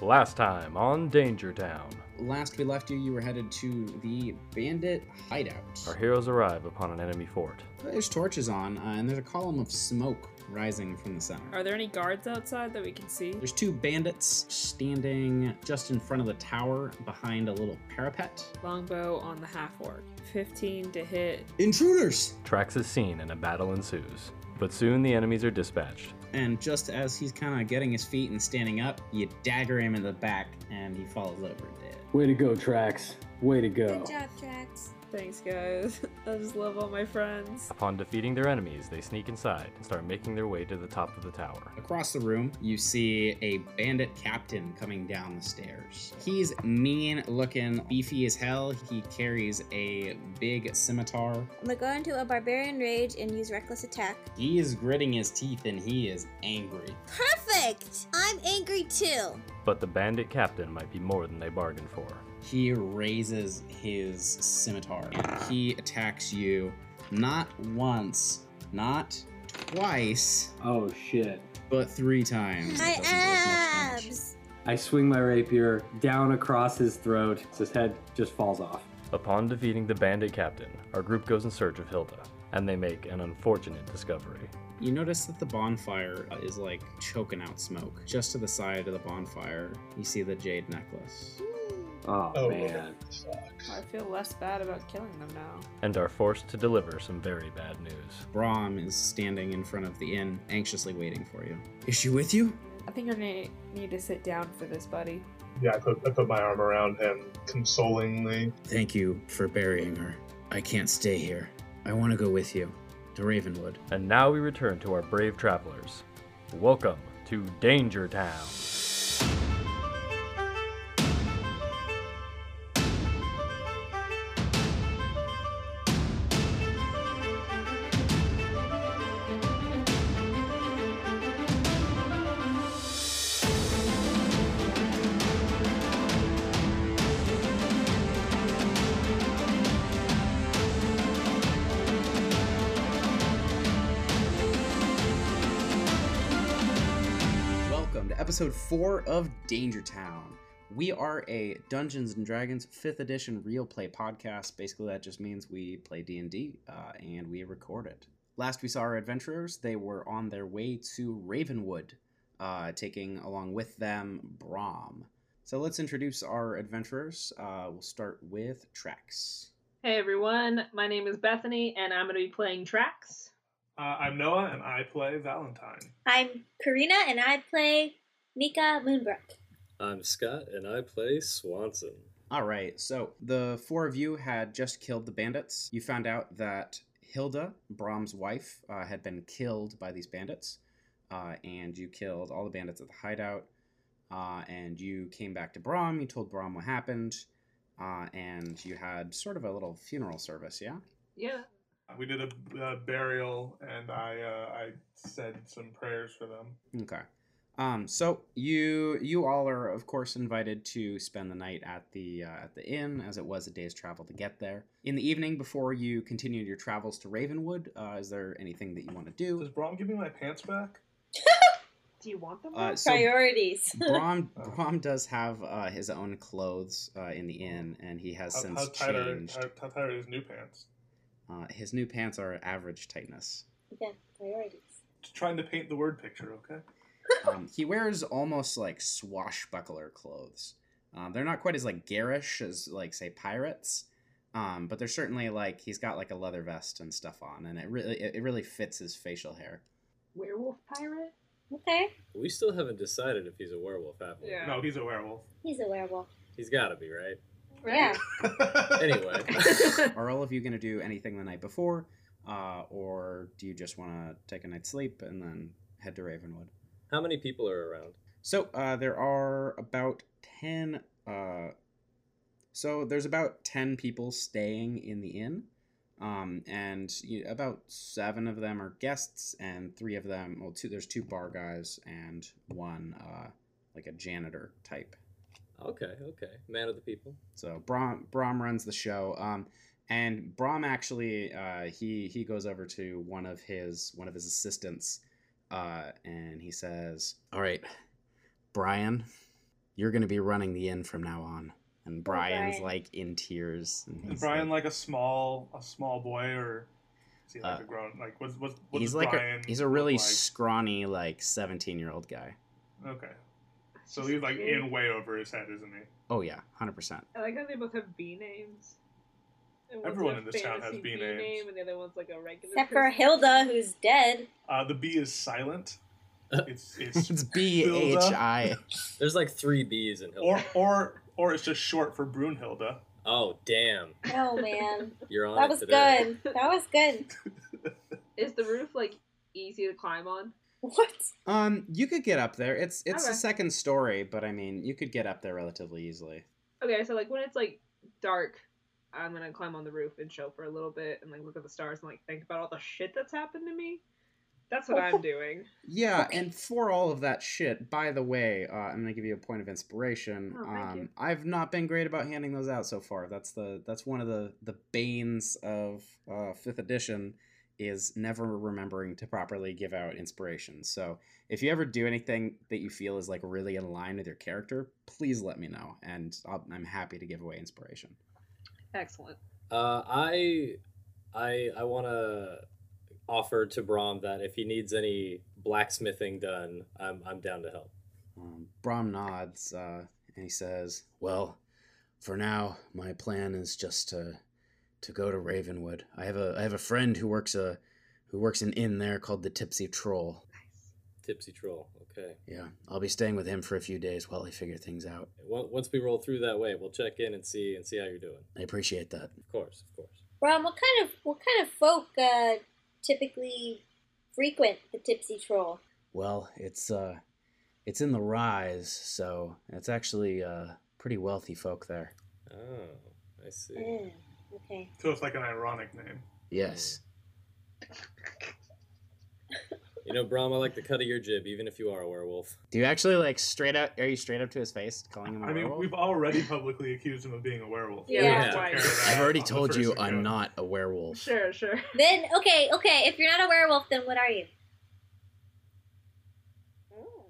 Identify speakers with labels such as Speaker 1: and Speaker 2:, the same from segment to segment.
Speaker 1: Last time on Danger Town,
Speaker 2: Last we left you, you were headed to the bandit hideout.
Speaker 1: our heroes arrive upon an enemy fort.
Speaker 2: There's torches on, uh, and there's a column of smoke rising from the center.
Speaker 3: Are there any guards outside that we can see?
Speaker 2: There's two bandits standing just in front of the tower behind a little parapet.
Speaker 3: Longbow on the half orc. 15 to hit.
Speaker 2: Intruders!
Speaker 1: Trax is seen and a battle ensues, but soon the enemies are dispatched.
Speaker 2: And just as he's kind of getting his feet and standing up, you dagger him in the back, and he falls over dead.
Speaker 4: Way to go, Trax. Way to go.
Speaker 5: Good job, Trax.
Speaker 3: Thanks, guys. I just love all my friends.
Speaker 1: Upon defeating their enemies, they sneak inside and start making their way to the top of the tower.
Speaker 2: Across the room, you see a bandit captain coming down the stairs. He's mean looking, beefy as hell. He carries a big scimitar.
Speaker 5: I'm gonna go into a barbarian rage and use reckless attack.
Speaker 2: He is gritting his teeth and he is angry.
Speaker 5: Perfect! I'm angry too.
Speaker 1: But the bandit captain might be more than they bargained for.
Speaker 2: He raises his scimitar and he attacks you not once, not twice,
Speaker 4: Oh, shit.
Speaker 2: but three times.
Speaker 5: My
Speaker 2: It doesn't do as much damage.
Speaker 5: abs!
Speaker 4: I swing my rapier down across his throat. His head just falls off.
Speaker 1: Upon defeating the bandit captain, our group goes in search of Hilda, and they make an unfortunate discovery.
Speaker 2: You notice that the bonfire uh, is like choking out smoke. Just to the side of the bonfire, you see the jade necklace.
Speaker 4: Oh,
Speaker 6: Oh,
Speaker 4: man.
Speaker 6: that sucks.
Speaker 3: I feel less bad about killing them now.
Speaker 1: And are forced to deliver some very bad news.
Speaker 2: Brahm is standing in front of the inn, anxiously waiting for you. Is she with you?
Speaker 3: I think you're gonna need to sit down for this, buddy.
Speaker 6: Yeah, I put, I put my arm around him consolingly.
Speaker 2: Thank you for burying her. I can't stay here. I want to go with you to Ravenwood.
Speaker 1: And now we return to our brave travelers. Welcome to Danger Town.
Speaker 2: Welcome to episode 4 of Danger Town. We are a Dungeons and Dragons 5th edition real play podcast. Basically that just means we play D&D uh, and we record it. Last we saw our adventurers, they were on their way to Ravenwood, uh, taking along with them Brom. So let's introduce our adventurers. Uh, we'll start with Trax.
Speaker 7: Hey everyone, my name is Bethany and I'm going to be playing tracks.
Speaker 6: Uh, I'm Noah, and I play Valentine.
Speaker 5: I'm Karina and I play Mika Moonbrook.
Speaker 8: I'm Scott, and I play Swanson.
Speaker 2: All right, so the four of you had just killed the bandits. You found out that Hilda, Brahm's wife, uh, had been killed by these bandits, uh, and you killed all the bandits at the hideout. Uh, and you came back to Brahm, you told Brahm what happened, uh, and you had sort of a little funeral service, yeah?
Speaker 7: Yeah.
Speaker 6: We did a, uh burial, and I uh, I said some prayers for them.
Speaker 2: Okay. Um, so you you all are of course invited to spend the night at the uh, at the inn, as it was a day's travel to get there. In the evening, before you continue your travels to Ravenwood, uh, is there anything that you want to
Speaker 6: Does
Speaker 2: do?
Speaker 6: Brom give me my pants back?
Speaker 7: Do you want them?
Speaker 2: Uh, so
Speaker 5: Priorities.
Speaker 2: Brom
Speaker 6: Oh.
Speaker 2: Brom does have uh, his own clothes uh, in the inn, and he has
Speaker 6: How,
Speaker 2: since
Speaker 6: how tight are
Speaker 2: changed.
Speaker 6: how, how tight are his new pants?
Speaker 2: Uh, his new pants are average tightness.
Speaker 5: Again, priorities.
Speaker 6: Just trying to paint the word picture, okay?
Speaker 2: um, he wears almost like swashbuckler clothes. Um, they're not quite as like garish as like say pirates, um, but they're certainly like he's got like a leather vest and stuff on, and it really it it really fits his facial hair.
Speaker 7: Werewolf pirate?
Speaker 5: Okay.
Speaker 8: We still haven't decided if he's a werewolf, have we?
Speaker 3: Yeah.
Speaker 6: No, he's a werewolf.
Speaker 5: He's a werewolf.
Speaker 8: He's gotta be, right?
Speaker 5: Yeah.
Speaker 8: Anyway.
Speaker 2: Are all of you gonna do anything the night before, uh, or do you just want to take a night's sleep and then head to Ravenwood?
Speaker 8: How many people are around?
Speaker 2: So uh, there are about ten. Uh, so there's about ten people staying in the inn, um, and you, about seven of them are guests, and three of them. Well, two. There's two bar guys and one uh, like a janitor type.
Speaker 8: Okay, okay. Man of the people.
Speaker 2: So Brom Brom runs the show. Um, and Brom actually uh, he he goes over to one of his one of his assistants, uh, and he says, "All right, Brian, You're going to be running the inn from now on. And Brian's
Speaker 5: Brian.
Speaker 2: like in tears. And
Speaker 6: Is
Speaker 2: he's
Speaker 6: Brian
Speaker 2: like,
Speaker 6: like a small a small boy or is he like
Speaker 2: Uh,
Speaker 6: a grown like what's what's what's
Speaker 2: he's like a,
Speaker 6: Brian
Speaker 2: he's a
Speaker 6: look
Speaker 2: really
Speaker 6: like?
Speaker 2: scrawny like 17 year old guy.
Speaker 6: okay. So he's like in way over his head, isn't he?
Speaker 2: Oh yeah, 100%.
Speaker 7: I like how they both have B names. And one's
Speaker 6: Everyone
Speaker 7: a
Speaker 6: in this town has
Speaker 7: fantasy
Speaker 6: B
Speaker 7: bee
Speaker 6: names.
Speaker 7: Name, and the other one's like a regular.
Speaker 5: Except for
Speaker 7: person.
Speaker 5: Hilda, who's dead.
Speaker 6: Uh, the B is silent. It's it's
Speaker 2: It's B H I.
Speaker 8: There's like three B's in Hilda.
Speaker 6: or or or it's just short for Brunhilda.
Speaker 8: oh damn,
Speaker 5: Oh man,
Speaker 8: you're on
Speaker 5: that
Speaker 8: it
Speaker 5: was
Speaker 8: today.
Speaker 5: good. That was good.
Speaker 7: Is the roof like easy to climb on?
Speaker 5: What?
Speaker 2: Um, you could get up there. It's it's the
Speaker 7: Okay.
Speaker 2: second story, but I mean, you could get up there relatively easily.
Speaker 7: Okay, so like when it's like dark, I'm gonna climb on the roof and chill for a little bit and like look at the stars and like think about all the shit that's happened to me. That's what I'm doing.
Speaker 2: Yeah, and for all of that shit, by the way, uh, I'm gonna give you a point of inspiration.
Speaker 7: Oh, thank
Speaker 2: um,
Speaker 7: you.
Speaker 2: I've not been great about handing those out so far. That's the that's one of the the banes of uh, fifth edition is never remembering to properly give out inspiration. So if you ever do anything that you feel is like really in line with your character, please let me know, and I'll, I'm happy to give away inspiration.
Speaker 7: Excellent.
Speaker 8: Uh, I I I want to offer to Brom that if he needs any blacksmithing done, I'm I'm down to help.
Speaker 2: Um, Brom nods uh, and he says, "Well, for now, my plan is just to to go to Ravenwood. I have a I have a friend who works a who works an inn there called the Tipsy Troll.
Speaker 8: Tipsy troll. Okay.
Speaker 2: Yeah, I'll be staying with him for a few days while I figure things out.
Speaker 8: Once once we roll through that way, we'll check in and see and see how you're doing.
Speaker 2: I appreciate that.
Speaker 8: Of course, of course.
Speaker 5: Ron, what kind of what kind of folk uh, typically frequent the Tipsy Troll?
Speaker 2: Well, it's uh, it's in the rise, so it's actually uh, pretty wealthy folk there.
Speaker 8: Oh, I see.
Speaker 5: Mm, okay.
Speaker 6: So it's like an ironic name.
Speaker 2: Yes,
Speaker 8: You know, Brom, I like the cut of your jib, even if you are a werewolf.
Speaker 2: do you actually like straight out? Are you straight up to his face, calling him a
Speaker 6: I mean,
Speaker 2: werewolf?
Speaker 6: we've already publicly accused him of being a werewolf.
Speaker 7: Yeah,
Speaker 8: Yeah.
Speaker 7: that's why.
Speaker 2: I've already
Speaker 6: on the
Speaker 2: told
Speaker 6: first
Speaker 2: you
Speaker 6: encounter.
Speaker 2: I'm not a werewolf.
Speaker 7: Sure, sure.
Speaker 5: Then okay, okay. If you're not a werewolf, then what are you?
Speaker 6: Oh.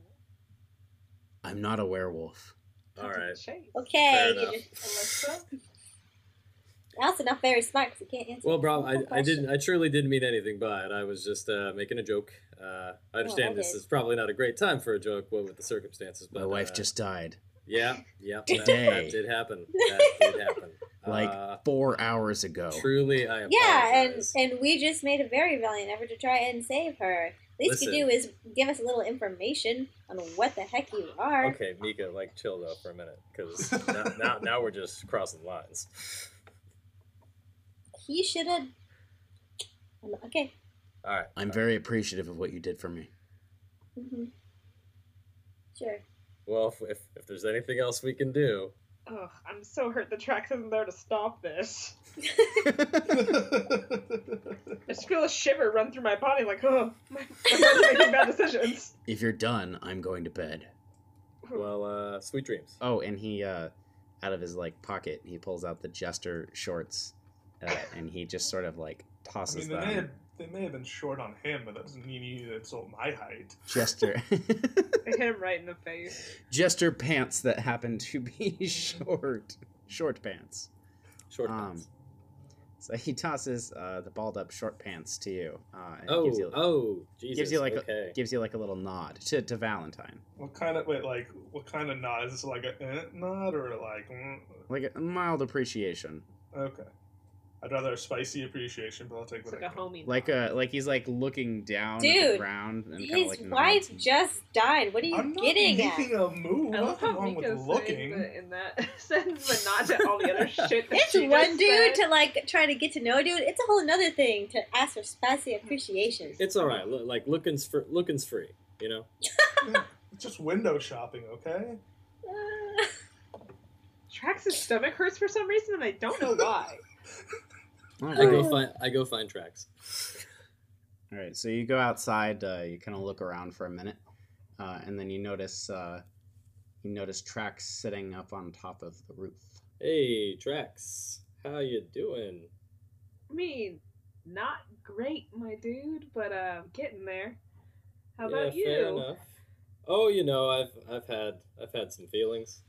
Speaker 2: I'm not a werewolf.
Speaker 8: All right.
Speaker 7: Shade.
Speaker 5: Okay,
Speaker 8: Fair
Speaker 5: you
Speaker 8: enough.
Speaker 5: just-
Speaker 7: Alexa?
Speaker 5: that's not very smart because you can't answer.
Speaker 8: Well, Brom,
Speaker 5: the
Speaker 8: I, I didn't.
Speaker 5: question.
Speaker 8: I truly didn't mean anything by it. I was just uh, making a joke. Uh,
Speaker 5: Oh,
Speaker 8: I understand this
Speaker 5: okay.
Speaker 8: is probably not a great time for a joke, what with the circumstances. But
Speaker 2: My wife
Speaker 8: uh,
Speaker 2: just died
Speaker 8: Yeah, yeah. That,
Speaker 2: Today.
Speaker 8: that did happen. That did happen.
Speaker 2: like oh.
Speaker 8: uh,
Speaker 2: four hours ago.
Speaker 8: truly, I
Speaker 5: Yeah, and
Speaker 8: apologize.
Speaker 5: and we just made a very valiant effort to try and save her. Least you do
Speaker 8: Listen.
Speaker 5: is give us a little information on what the heck you are.
Speaker 8: Okay, Mika, like chill though for a minute, because now, now now we're just crossing lines.
Speaker 5: He should have. Okay.
Speaker 8: All right.
Speaker 2: I'm very appreciative of what you did for me.
Speaker 5: hmm Sure.
Speaker 8: Well, if, if if there's anything else we can do,
Speaker 7: Ugh, I'm so hurt the tracks isn't there to stop this. I just feel a shiver run through my body like, oh, my my body's making bad decisions.
Speaker 2: If you're done, I'm going to bed.
Speaker 5: Hmm.
Speaker 8: well, uh, sweet dreams.
Speaker 2: Oh, and he, uh, out of his like pocket, he pulls out the jester shorts, uh, and he just sort of like
Speaker 6: I
Speaker 2: tosses
Speaker 6: mean, they may, have,
Speaker 2: them.
Speaker 6: they may have been short on him, but that doesn't mean you need to insult my height.
Speaker 2: Jester,
Speaker 7: Hit him right in the face.
Speaker 2: jester pants that happen to be short, short pants.
Speaker 8: Short
Speaker 2: um,
Speaker 8: pants.
Speaker 2: So he tosses uh, the balled up short pants to you. Uh, and
Speaker 8: Oh,
Speaker 2: gives you,
Speaker 8: oh, Jesus.
Speaker 2: gives you like
Speaker 8: okay.
Speaker 2: a, gives you like a little nod to, to Valentine,
Speaker 6: What kind of wait, like what kind of nod is this? Like a eh nod or like mm?
Speaker 2: like a mild appreciation,
Speaker 6: okay? I'd rather a spicy appreciation, but I'll take
Speaker 7: It's
Speaker 6: what
Speaker 7: like
Speaker 6: I
Speaker 7: a
Speaker 6: can.
Speaker 7: homie.
Speaker 2: like uh, a like he's like looking down at the
Speaker 5: Dude,
Speaker 2: ground and kind of
Speaker 5: His
Speaker 2: like
Speaker 5: wife
Speaker 2: nods.
Speaker 5: just died. What are you
Speaker 6: I'm not
Speaker 5: getting at?
Speaker 6: making a move.
Speaker 7: I love
Speaker 6: Nothing
Speaker 7: how
Speaker 6: wrong with
Speaker 7: Miko's saying
Speaker 6: looking.
Speaker 7: that in that sentence, but not to all the other shit. That
Speaker 5: It's
Speaker 7: she
Speaker 5: one
Speaker 7: just
Speaker 5: dude
Speaker 7: said.
Speaker 5: to like try to get to know a dude. It's a whole nother thing to ask for spicy appreciation.
Speaker 8: It's all right. Look, like looking's for looking's free. You know.
Speaker 6: It's just window shopping, okay?
Speaker 5: Uh,
Speaker 7: Trax's stomach hurts for some reason, and I don't know why.
Speaker 2: All
Speaker 8: I
Speaker 2: right.
Speaker 8: go find I go find tracks.
Speaker 2: All right, so you go outside. Uh, you kind of look around for a minute, uh, and then you notice uh, you notice tracks sitting up on top of the roof.
Speaker 8: Hey, tracks. How you doing?
Speaker 7: I mean, not great, my dude, but uh, getting there. How about
Speaker 8: yeah, Fair
Speaker 7: you?
Speaker 8: enough. "Oh, you know, I've I've had I've had some feelings."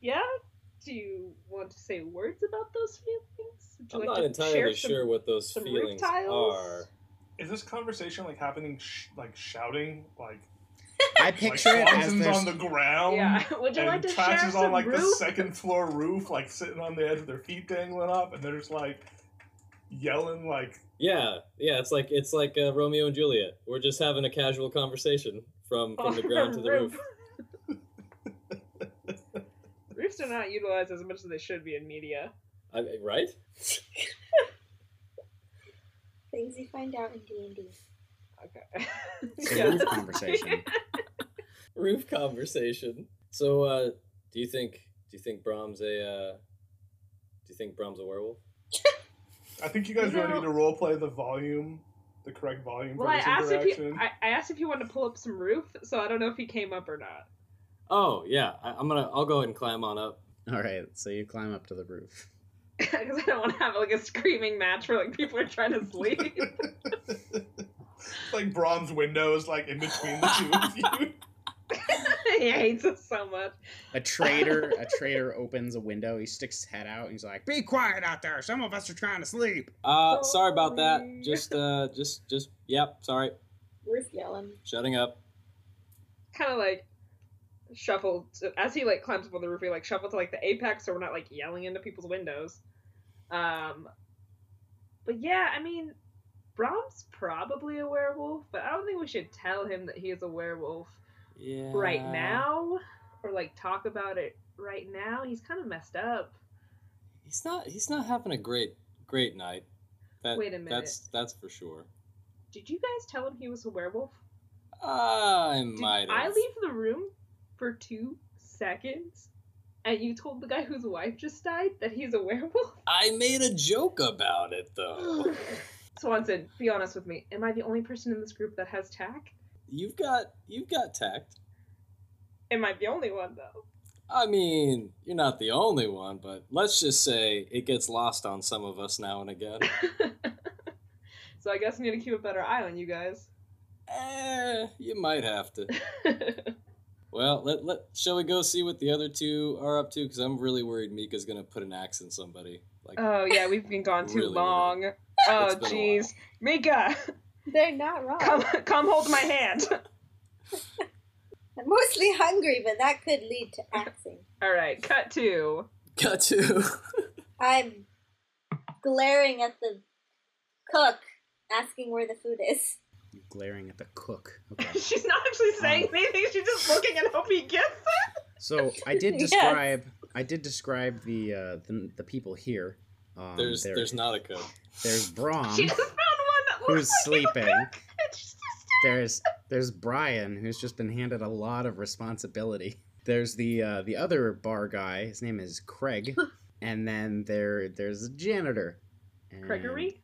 Speaker 7: Yeah? Do you want to say words about those feelings? Would you
Speaker 8: I'm
Speaker 7: like
Speaker 8: not
Speaker 7: to
Speaker 8: entirely
Speaker 7: share some-
Speaker 8: sure what those
Speaker 7: some
Speaker 8: feelings
Speaker 7: reptiles?
Speaker 8: are.
Speaker 6: Is this conversation like happening, sh- like shouting, like
Speaker 2: I
Speaker 6: like
Speaker 2: picture it as
Speaker 6: Swanson's
Speaker 2: there's,
Speaker 6: on the ground?
Speaker 7: Yeah. Would you
Speaker 6: and
Speaker 7: like to
Speaker 6: Trax
Speaker 7: share
Speaker 6: is
Speaker 7: some
Speaker 6: on like the
Speaker 7: roof?
Speaker 6: second floor roof, like sitting on the edge with their feet dangling up, and they're just like yelling, like
Speaker 8: Yeah, yeah, it's like it's like uh, Romeo and Juliet. We're just having a casual conversation from from the
Speaker 7: On
Speaker 8: ground to the roof.
Speaker 7: Roofs are not utilized as much as they should be in media.
Speaker 8: I, right?
Speaker 5: Things you find out in D and D.
Speaker 7: Okay.
Speaker 2: it's a
Speaker 7: Yeah.
Speaker 2: roof conversation.
Speaker 8: Roof conversation. So, uh, do you think do you think Brahms a uh, do you think Brahms a werewolf?
Speaker 6: I think you guys really
Speaker 7: No.
Speaker 6: need to role play the volume, the correct volume
Speaker 7: Well,
Speaker 6: for
Speaker 7: I
Speaker 6: this
Speaker 7: asked if
Speaker 6: interaction.
Speaker 7: you, I, I asked if you wanted to pull up some roof, so I don't know if he came up or not.
Speaker 8: Oh yeah, I, I'm gonna I'll go ahead and climb on up.
Speaker 2: All right, so you climb up to the roof.
Speaker 7: Because I don't want to have like a screaming match where like people are trying to sleep.
Speaker 6: It's like bronze windows, like in between the two of you.
Speaker 7: he hates us so much.
Speaker 2: A trader, a trader opens a window. He sticks his head out. And he's like, "Be quiet out there! Some of us are trying to sleep."
Speaker 8: Uh, sorry about that.
Speaker 7: Sorry.
Speaker 8: Just uh, just just yep. Sorry,
Speaker 5: Roof yelling.
Speaker 8: shutting up.
Speaker 7: Kind of like shuffle to, as he like climbs up on the roof. He like shuffle to like the apex, so we're not like yelling into people's windows. Um, but yeah, I mean, Brahm's probably a werewolf, but I don't think we should tell him that he is a werewolf
Speaker 8: Yeah.
Speaker 7: right now, or like talk about it right now. He's kind of messed up.
Speaker 8: He's not he's not having a great great night. That,
Speaker 7: Wait a minute.
Speaker 8: That's that's for sure.
Speaker 7: Did you guys tell him he was a werewolf?
Speaker 8: I
Speaker 7: Did
Speaker 8: might.
Speaker 7: I
Speaker 8: have.
Speaker 7: leave the room for two seconds, and you told the guy whose wife just died that he's a werewolf?
Speaker 8: I made a joke about it though.
Speaker 7: Swanson, be honest with me. Am I the only person in this group that has tack?
Speaker 8: you've got you've got tact.
Speaker 7: Am I the only one though?
Speaker 8: I mean, you're not the only one, but let's just say it gets lost on some of us now and again.
Speaker 7: so I guess I need to keep a better eye on you guys.
Speaker 8: eh, you might have to. Well, let, let shall we go see what the other two are up to? Because I'm really worried Mika's gonna put an axe in somebody. Like,
Speaker 5: Uh,
Speaker 7: oh yeah, we've been gone too
Speaker 8: Really, really.
Speaker 7: long.
Speaker 8: It's
Speaker 7: Oh
Speaker 8: been a
Speaker 7: jeez, Mika,
Speaker 5: They're not wrong.
Speaker 7: come come hold my hand.
Speaker 5: I'm mostly hungry, but that could lead to axing.
Speaker 7: All right, cut to
Speaker 8: got to.
Speaker 5: I'm glaring at the cook, asking where the food is.
Speaker 2: You're glaring at the cook. Okay.
Speaker 7: She's not actually saying anything. She's just looking and hoping he gets it.
Speaker 2: So I did
Speaker 5: Yes.
Speaker 2: describe, I did describe the uh, the, the people here. Um,
Speaker 8: there's
Speaker 2: there-
Speaker 8: there's not a cook.
Speaker 2: there's Brom
Speaker 7: She just found one that
Speaker 2: who's
Speaker 7: looks like a
Speaker 2: sleeping.
Speaker 7: cook, and she's just-
Speaker 2: There's there's Brian who's just been handed a lot of responsibility. There's the uh, the other bar guy. His name is Craig, and then there there's a janitor. And
Speaker 7: Gregory.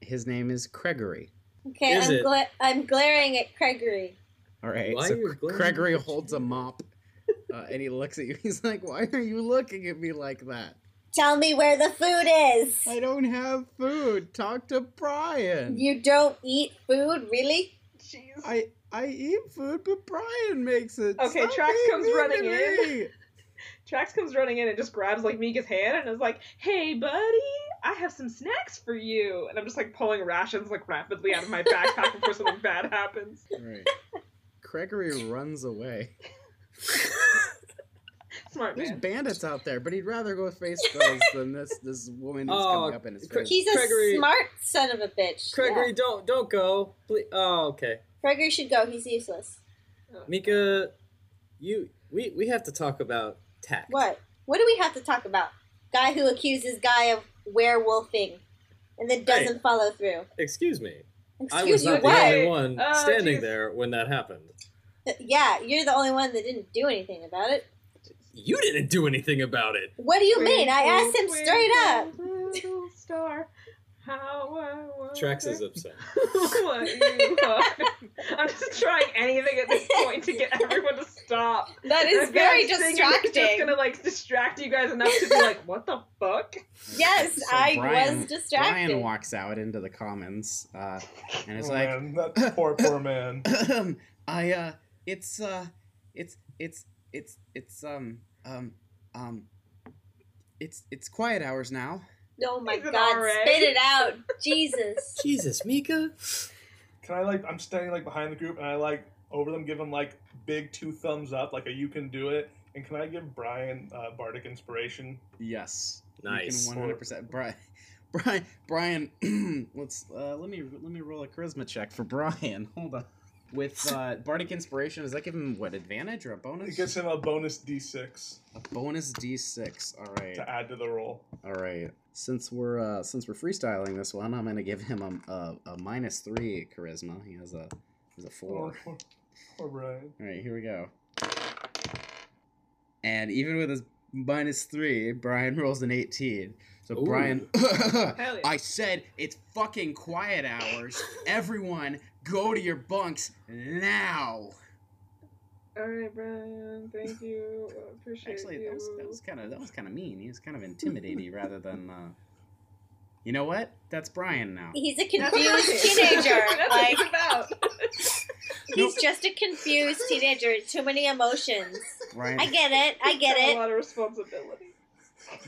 Speaker 2: His name is Gregory.
Speaker 5: Okay,
Speaker 8: Is
Speaker 5: I'm,
Speaker 8: it?
Speaker 5: gla- I'm glaring at Gregory.
Speaker 2: All right.
Speaker 8: Why
Speaker 2: so
Speaker 8: are you glaring
Speaker 2: Gregory
Speaker 8: at the
Speaker 2: holds a
Speaker 8: janitor?
Speaker 2: mop, uh, and he looks at you. He's like, "Why are you looking at me like that?
Speaker 5: Tell me where the food is.
Speaker 2: I don't have food. Talk to Brian."
Speaker 5: You don't eat food, really?
Speaker 7: Jeez.
Speaker 2: I I eat food, but Brian makes it.
Speaker 7: Okay,
Speaker 2: Stop
Speaker 7: Trax
Speaker 2: being
Speaker 7: comes
Speaker 2: mean to
Speaker 7: running in.
Speaker 2: me.
Speaker 7: Trax comes running in and just grabs like Mika's hand and is like, "Hey, buddy, I have some snacks for you." And I'm just like pulling rations like rapidly out of my backpack before something bad happens.
Speaker 2: Right. Gregory runs away.
Speaker 7: Smart
Speaker 2: There's
Speaker 7: man.
Speaker 2: bandits out there, but he'd rather go face those than this this woman who's
Speaker 8: Oh,
Speaker 2: coming up in his
Speaker 8: Cra-
Speaker 2: face.
Speaker 5: He's a
Speaker 8: Gregory-
Speaker 5: smart son of a bitch.
Speaker 8: Gregory,
Speaker 5: Yeah.
Speaker 8: don't don't go. Please. Oh, okay.
Speaker 5: Gregory should go. He's useless.
Speaker 8: Mika, you we we have to talk about tact.
Speaker 5: What? What do we have to talk about? Guy who accuses guy of werewolfing and then doesn't follow through.
Speaker 8: Excuse me. I was
Speaker 5: Excuse you,
Speaker 8: not the
Speaker 5: what? Uh,
Speaker 8: only one
Speaker 7: Oh,
Speaker 8: standing
Speaker 7: jeez.
Speaker 8: there when that happened.
Speaker 5: Yeah, you're the only one that didn't do anything about it.
Speaker 8: You didn't do anything about it.
Speaker 5: What do you mean? I
Speaker 7: Twinkle,
Speaker 5: asked him straight up.
Speaker 7: twinkle, little Star, how I
Speaker 5: Oh,
Speaker 7: wonder
Speaker 8: Trax is upset.
Speaker 7: what you are. I'm just trying anything at this point to get everyone to stop.
Speaker 5: That
Speaker 7: I
Speaker 5: is
Speaker 7: feel
Speaker 5: very
Speaker 7: like singing is Just
Speaker 5: distracting.
Speaker 7: gonna like distract you guys enough to be like, "What the fuck?"
Speaker 5: Yes,
Speaker 2: So
Speaker 5: I
Speaker 2: Brian-
Speaker 5: was distracted.
Speaker 2: Brian walks out into the commons, uh, and it's
Speaker 6: oh,
Speaker 2: like,
Speaker 6: man, that poor, poor man.
Speaker 2: I uh, It's uh, it's it's it's it's um um um, it's it's quiet hours now.
Speaker 5: Oh my
Speaker 7: Is it
Speaker 5: god,
Speaker 7: alright?
Speaker 5: spit it out. Jesus.
Speaker 9: Jesus, Mika.
Speaker 6: Can I like? I'm standing like behind the group, and I like over them, give them like big two thumbs up, like a you can do it. And can I give Brian uh, bardic inspiration?
Speaker 2: Yes.
Speaker 9: Nice.
Speaker 2: One hundred percent, Brian. Brian, Brian, let's uh, let me let me roll a charisma check for Brian. Hold on. With uh, bardic inspiration, does that give him what advantage or a bonus?
Speaker 6: It gives him a bonus d6
Speaker 2: a bonus d6. All right,
Speaker 6: to add to the roll.
Speaker 2: all right. Since we're uh, since we're freestyling this one, I'm gonna give him a, a, a minus three charisma. He has a he's a four.
Speaker 6: Poor, poor Brian.
Speaker 2: All right, here we go. And even with his minus three, Brian rolls an 18. So
Speaker 8: Ooh.
Speaker 2: Brian,
Speaker 7: Hell yeah.
Speaker 2: I said it's fucking quiet hours. Everyone, go to your bunks now.
Speaker 7: All right, Brian. Thank you. I Appreciate
Speaker 2: Actually,
Speaker 7: you.
Speaker 2: that was, that was kind of that was kind of mean. He was kind of intimidating rather than. Uh... You know what? That's Brian now.
Speaker 5: He's a
Speaker 7: That's what
Speaker 5: confused
Speaker 7: it is.
Speaker 5: teenager.
Speaker 7: That's what
Speaker 5: Like
Speaker 7: it's about.
Speaker 5: he's just a confused teenager. Too many emotions. I
Speaker 2: Brian,
Speaker 5: get it. I get
Speaker 7: Got A
Speaker 5: it.
Speaker 7: lot of responsibility.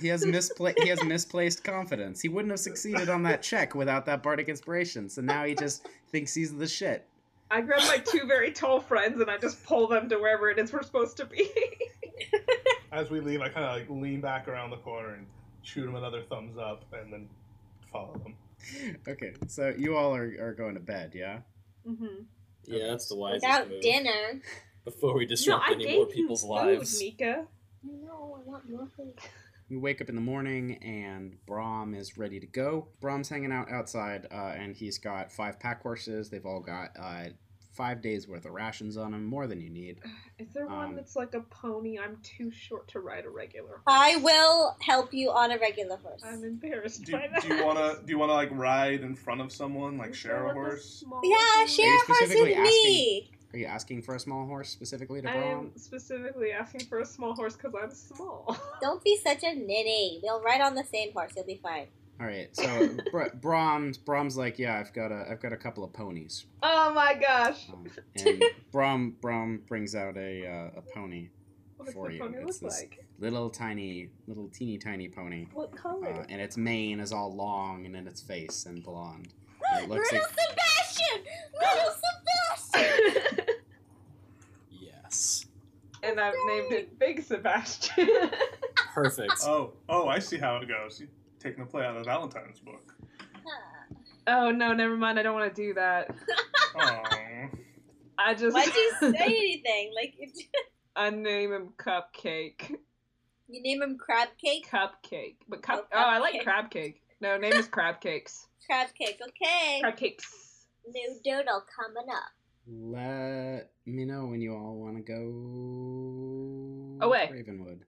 Speaker 2: he has mispla- he has misplaced confidence. He wouldn't have succeeded on that check without that bardic inspiration. So now he just thinks he's the shit.
Speaker 7: I grab my two very tall friends and I just pull them to wherever it is we're supposed to be.
Speaker 6: As we leave, I kind of like lean back around the corner and shoot him another thumbs up, and then follow them.
Speaker 2: Okay, so you all are, are going to bed, yeah?
Speaker 7: Mhm.
Speaker 8: Yeah, that's the wisest
Speaker 5: Without
Speaker 8: move.
Speaker 5: dinner.
Speaker 8: Before we disrupt
Speaker 7: no, I
Speaker 8: any
Speaker 7: gave
Speaker 8: more
Speaker 7: you
Speaker 8: people's
Speaker 7: food,
Speaker 8: lives.
Speaker 7: Mika.
Speaker 5: No, I want more food.
Speaker 2: We wake up in the morning and Brom is ready to go. Brom's hanging out outside uh, and he's got five pack horses. They've all got uh, five days worth of rations on them, more than you need.
Speaker 7: Is there
Speaker 2: Um,
Speaker 7: one that's like a pony? I'm too short to ride a regular. horse.
Speaker 5: I will help you on a regular horse.
Speaker 7: I'm embarrassed
Speaker 6: Do,
Speaker 7: by that.
Speaker 6: do you wanna do you wanna like ride in front of someone, like
Speaker 7: Is
Speaker 6: share
Speaker 7: there,
Speaker 6: a
Speaker 7: like,
Speaker 6: horse?
Speaker 7: small
Speaker 5: Yeah,
Speaker 7: one?
Speaker 5: share a horse
Speaker 2: specifically
Speaker 5: with me.
Speaker 2: Are you asking for a small horse specifically to Brom?
Speaker 7: I'm specifically asking for a small horse because I'm small.
Speaker 5: Don't be such a ninny. We'll ride on the same horse. You'll be fine.
Speaker 2: All right, so Br- Brom's Brom's like, yeah, I've got a I've got a couple of ponies.
Speaker 7: oh my gosh.
Speaker 2: Um, and Brom Brom brings out a uh, a pony,
Speaker 7: What does
Speaker 2: For
Speaker 7: the
Speaker 2: you,
Speaker 7: pony
Speaker 2: it's
Speaker 7: look
Speaker 2: this-
Speaker 7: like?
Speaker 2: little tiny little teeny tiny pony.
Speaker 7: What
Speaker 2: uh,
Speaker 5: Oh
Speaker 7: color?
Speaker 2: and its mane is all long and in its face and blonde. It
Speaker 5: Ah, Little
Speaker 2: looks like-
Speaker 5: Sebastian! Little Sebastian!
Speaker 8: Yes.
Speaker 7: and I've named it Big Sebastian.
Speaker 2: Uh,
Speaker 8: Perfect.
Speaker 6: Oh, oh, I see how it goes. You're taking a play out of Valentine's book.
Speaker 7: oh no, never mind. I don't want to do that.
Speaker 6: Aw.
Speaker 7: I just.
Speaker 5: Why'd you say anything? Like, if-
Speaker 7: I name him Cupcake.
Speaker 5: you name him Crab Cake?
Speaker 7: Cupcake. But cup.
Speaker 5: Oh,
Speaker 7: Oh, I like
Speaker 5: cupcake.
Speaker 7: crab cake. No, name is crab cakes.
Speaker 5: Crab Cake, okay.
Speaker 7: Crab cakes.
Speaker 5: New doodle coming up.
Speaker 2: Let me know when you all want to go
Speaker 7: Away.
Speaker 2: Ravenwood.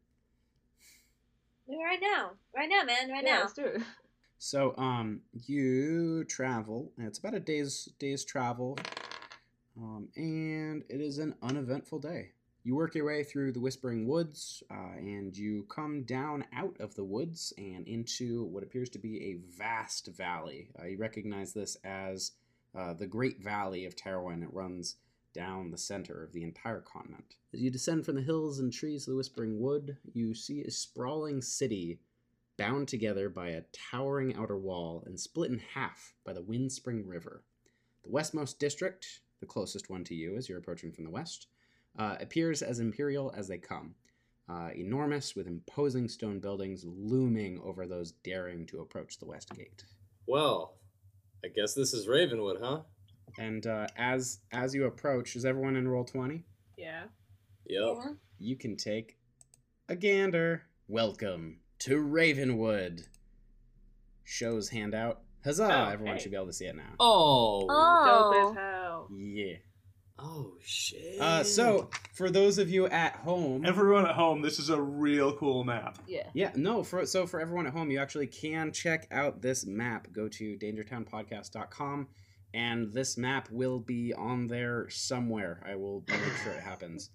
Speaker 5: Right now. Right now, man. Right
Speaker 7: yeah,
Speaker 5: now.
Speaker 7: let's do it.
Speaker 2: So, um, you travel, and it's about a day's day's travel, um, and it is an uneventful day. You work your way through the Whispering Woods, uh, and you come down out of the woods and into what appears to be a vast valley. Uh, you recognize this as uh, the Great Valley of Tarowan. It runs down the center of the entire continent. As you descend from the hills and trees of the Whispering Wood, you see a sprawling city bound together by a towering outer wall and split in half by the Windspring River. The westmost district, the closest one to you as you're approaching from the west, uh, appears as imperial as they come, uh, enormous with imposing stone buildings looming over those daring to approach the west gate.
Speaker 8: Well, I guess this is Ravenwood, huh?
Speaker 2: And uh, as as you approach, is everyone in roll twenty?
Speaker 7: Yeah.
Speaker 8: Yep.
Speaker 5: Yeah.
Speaker 2: you can take a gander. Welcome to Ravenwood. Shows handout. Huzzah!
Speaker 7: Oh,
Speaker 2: Everyone
Speaker 7: hey.
Speaker 2: should be able to see it now.
Speaker 8: Oh.
Speaker 5: Oh.
Speaker 7: Dope as hell.
Speaker 2: Yeah.
Speaker 8: Oh, shit.
Speaker 2: Uh, so for those of you at home,
Speaker 6: Everyone at home, this is a real cool map.
Speaker 7: Yeah.
Speaker 2: yeah, no. For so for everyone at home, you actually can check out this map. Go to dangertownpodcast.com, and this map will be on there somewhere. I will make sure it happens.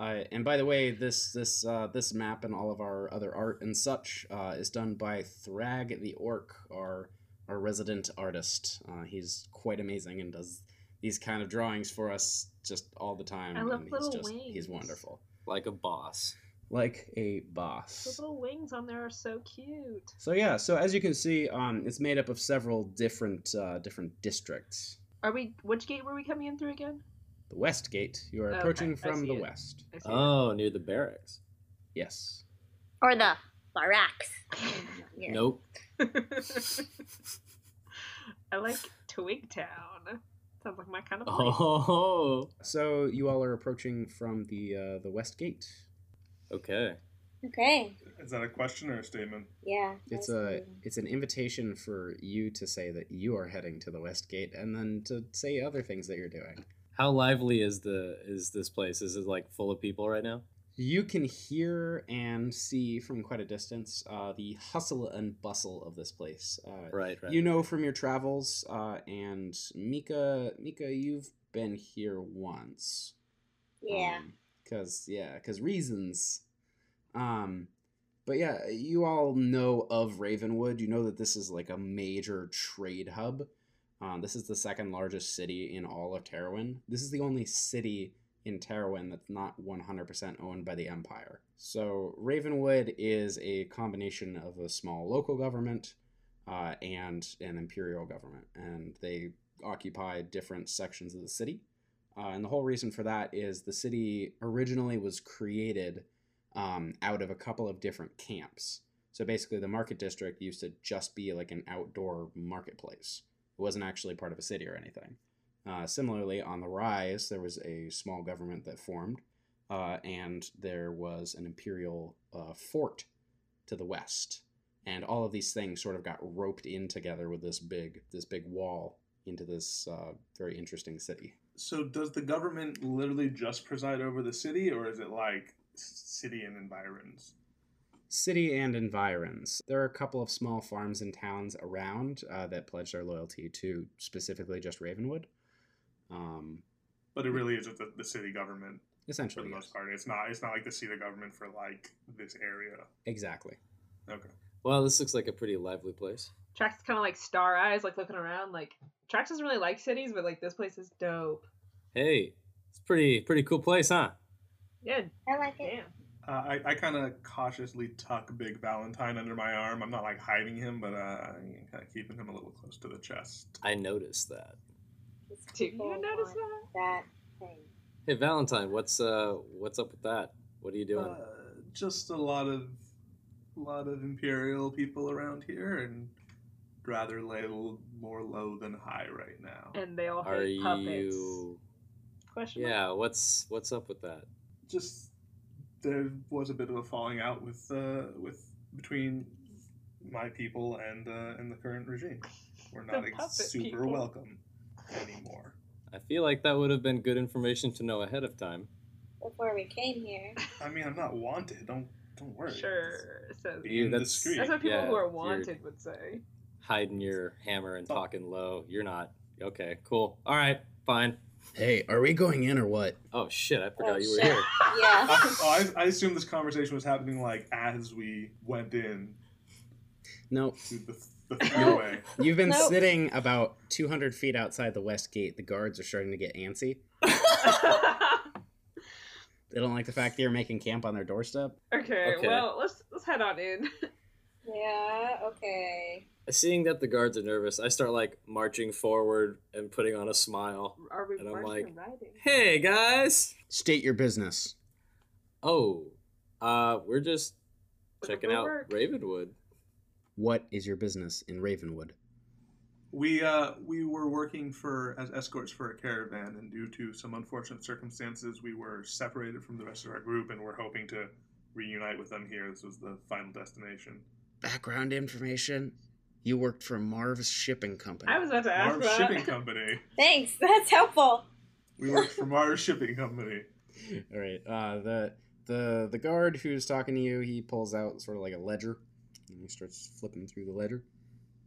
Speaker 2: Uh, and by the way, this this uh, this map and all of our other art and such uh, is done by Thrag the Orc, our our resident artist. Uh, he's quite amazing and does these kind of drawings for us just all the time.
Speaker 7: I love
Speaker 2: and
Speaker 7: little
Speaker 2: he's just
Speaker 7: wings.
Speaker 2: he's wonderful.
Speaker 8: like a boss.
Speaker 2: Like a
Speaker 7: The
Speaker 2: boss.
Speaker 7: little wings on there are so cute.
Speaker 2: So yeah, so as you can see, um, it's made up of several different uh, different districts.
Speaker 7: Are we? Which gate were we coming in through again?
Speaker 2: The west gate, you are
Speaker 7: Okay,
Speaker 2: approaching
Speaker 7: I
Speaker 2: from
Speaker 7: see
Speaker 2: the
Speaker 7: it.
Speaker 2: west.
Speaker 7: I see
Speaker 8: Oh, near the barracks.
Speaker 2: Yes.
Speaker 5: Or the barracks. Yeah.
Speaker 8: Nope.
Speaker 7: it. I like Twigtown. Sounds like my kind of. place.
Speaker 8: Oh,
Speaker 2: So you all are approaching from the uh, the west gate.
Speaker 8: okay.
Speaker 5: Okay.
Speaker 6: Is that a question or a statement?
Speaker 5: Yeah.
Speaker 2: It's a um, it's an invitation for you to say that you are heading to the west gate, and then to say other things that you're doing.
Speaker 8: How lively is the is this place? Is it like full of people right now?
Speaker 2: You can hear and see from quite a distance uh, the hustle and bustle of this place. Uh,
Speaker 8: Right, right.
Speaker 2: you know from your travels uh, and mika mika you've been here once
Speaker 5: Yeah.
Speaker 2: because Um, yeah because reasons um but yeah you all know of ravenwood you know that this is like a major trade hub um, this is the second largest city in all of Tatooine. This is the only city in Tatooine that's not 100% owned by the Empire. So Ravenwood is a combination of a small local government uh, and an imperial government, and they occupy different sections of the city. Uh, and the whole reason for that is the city originally was created um, out of a couple of different camps. So basically, the market district used to just be like an outdoor marketplace. It wasn't actually part of a city or anything. Uh, similarly, on the rise, there was a small government that formed, uh, and there was an imperial uh, fort to the west, and all of these things sort of got roped in together with this big this big wall into this uh, very interesting city.
Speaker 6: So does the government literally just preside over the city, or is it like s- city and environs?
Speaker 2: City and environs. There are a couple of small farms and towns around uh, that pledge their loyalty to specifically just Ravenwood. Um,
Speaker 6: But it really is just the, the city government for the
Speaker 2: essentially, yes.
Speaker 6: most part. It's not. It's not like the city government for like this area.
Speaker 2: exactly.
Speaker 6: Okay.
Speaker 8: Wow, this looks like a pretty lively place.
Speaker 7: Trax is kind of like star eyes, like looking around. Like Trax doesn't really like cities, but like this place is dope.
Speaker 8: Hey, it's pretty pretty cool place, huh?
Speaker 7: Yeah,
Speaker 5: I like it.
Speaker 7: damn.
Speaker 6: Uh, I, I kind of cautiously tuck Big Valentine under my arm. I'm not like hiding him, but uh, I'm kind of keeping him a little close to the chest.
Speaker 8: I noticed that.
Speaker 5: It's
Speaker 7: Do you
Speaker 5: cool
Speaker 7: notice
Speaker 5: on
Speaker 7: that?
Speaker 5: that thing?
Speaker 8: Hey Valentine, what's uh what's up with that? What are you doing?
Speaker 6: Uh, just a lot of lot of imperial people around here, and rather lay a little more low than high right now.
Speaker 7: And they all hate
Speaker 8: are
Speaker 7: puppets.
Speaker 8: you
Speaker 7: Question mark.
Speaker 8: Yeah, what's what's up with that?
Speaker 6: just there was a bit of a falling out with uh, with between my people and uh, and the current regime. We're
Speaker 7: The
Speaker 6: not ex-
Speaker 7: puppet
Speaker 6: super
Speaker 7: people.
Speaker 6: welcome anymore.
Speaker 8: I feel like that would have been good information to know ahead of time.
Speaker 5: Before we came here.
Speaker 6: I mean, I'm not wanted. Don't don't worry.
Speaker 7: Sure. So
Speaker 6: Be
Speaker 8: Yeah, that's-
Speaker 6: indiscreet.
Speaker 7: that's what people
Speaker 8: Yeah,
Speaker 7: who are
Speaker 8: you're-
Speaker 7: wanted would say.
Speaker 8: Hiding your hammer and talking low. You're not. Okay, cool. All right, fine.
Speaker 2: Hey, are we going in or what?
Speaker 8: Oh shit, I
Speaker 5: Oh,
Speaker 8: forgot you were
Speaker 5: shit.
Speaker 8: here.
Speaker 5: Yeah.
Speaker 6: I, oh, I, I assume this conversation was happening like as we went in
Speaker 2: No,
Speaker 6: to the, the freeway.
Speaker 2: You've been
Speaker 5: Nope.
Speaker 2: sitting about 200 feet outside the west gate. The guards are starting to get antsy. They don't like the fact that you're making camp on their doorstep.
Speaker 7: okay,
Speaker 8: Okay.
Speaker 7: Well, let's let's head on in.
Speaker 5: yeah. Okay.
Speaker 8: Seeing that the guards are nervous, I start like marching forward and putting on a smile.
Speaker 7: Are we
Speaker 8: And I'm
Speaker 7: marching
Speaker 8: like-
Speaker 7: or riding?
Speaker 8: Hey guys.
Speaker 2: State your business.
Speaker 8: Oh, uh, we're just
Speaker 7: Looking
Speaker 8: checking
Speaker 7: for
Speaker 8: out
Speaker 7: work.
Speaker 8: Ravenwood.
Speaker 2: What is your business in Ravenwood?
Speaker 6: We uh, we were working for as escorts for a caravan, and due to some unfortunate circumstances, we were separated from the rest of our group, and we're hoping to reunite with them here. This was the final destination.
Speaker 2: Background information. You worked for Marv's shipping company.
Speaker 7: I was about to ask
Speaker 6: Mars
Speaker 7: that.
Speaker 6: Shipping Company.
Speaker 5: Thanks. That's helpful.
Speaker 6: We worked for Mars Shipping Company.
Speaker 2: All right. Uh, the the the guard who's talking to you, he pulls out sort of like a ledger, and he starts flipping through the ledger.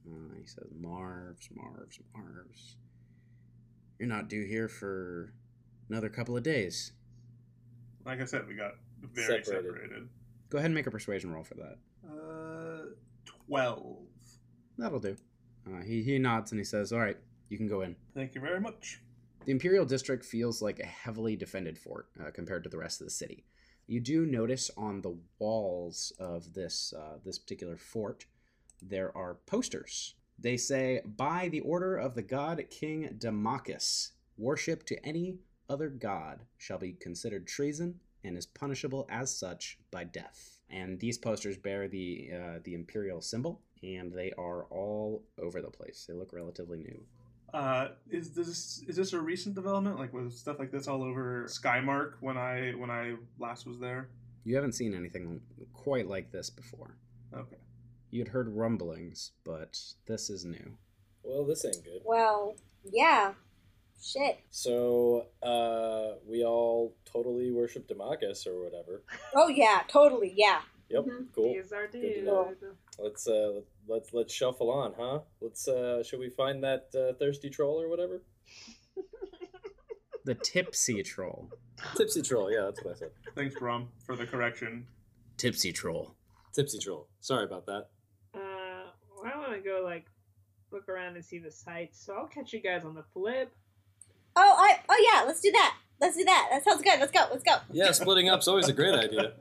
Speaker 2: Uh, he says, "Marv's, Marv's, Marv's. You're not due here for another couple of days.
Speaker 6: Like I said, we got very separated.
Speaker 8: Separated.
Speaker 2: Go ahead and make a persuasion roll for that.
Speaker 6: Uh, twelve.
Speaker 2: That'll do." Uh, he he nods and he says, "All right, you can go in."
Speaker 6: Thank you very much.
Speaker 2: The Imperial District feels like a heavily defended fort uh, compared to the rest of the city. You do notice on the walls of this uh, this particular fort, there are posters. They say, "By the order of the god King Demachus, worship to any other god shall be considered treason and is punishable as such by death." And these posters bear the uh, the imperial symbol, and they are all over the place. They look relatively new.
Speaker 6: Uh, is this is this a recent development? Like was stuff like this all over Skymark when I when I last was there?
Speaker 2: You haven't seen anything quite like this before.
Speaker 6: Okay.
Speaker 2: You'd heard rumblings, but this is new.
Speaker 8: Well, this ain't good.
Speaker 5: Well, yeah. Shit.
Speaker 8: So, uh, we all totally worship Demachus or whatever.
Speaker 5: Oh yeah, totally. Yeah.
Speaker 8: Yep,
Speaker 7: Mhm.
Speaker 8: cool.
Speaker 7: He's our
Speaker 8: to
Speaker 7: dude.
Speaker 5: know.
Speaker 8: Let's uh, let's let's shuffle on, huh? Let's uh, should we find that uh, thirsty troll or whatever?
Speaker 2: The tipsy troll.
Speaker 8: Tipsy troll, yeah, that's what I said.
Speaker 6: Thanks, Brom, for the correction.
Speaker 2: Tipsy troll.
Speaker 8: Tipsy troll. Sorry about that.
Speaker 7: Uh, well, I want to go like look around and see the sights, so I'll catch you guys on the flip.
Speaker 5: Oh, I. Oh yeah. Let's do that. Let's do that. That sounds good. Let's go. Let's go.
Speaker 8: Yeah, splitting up's always a great idea.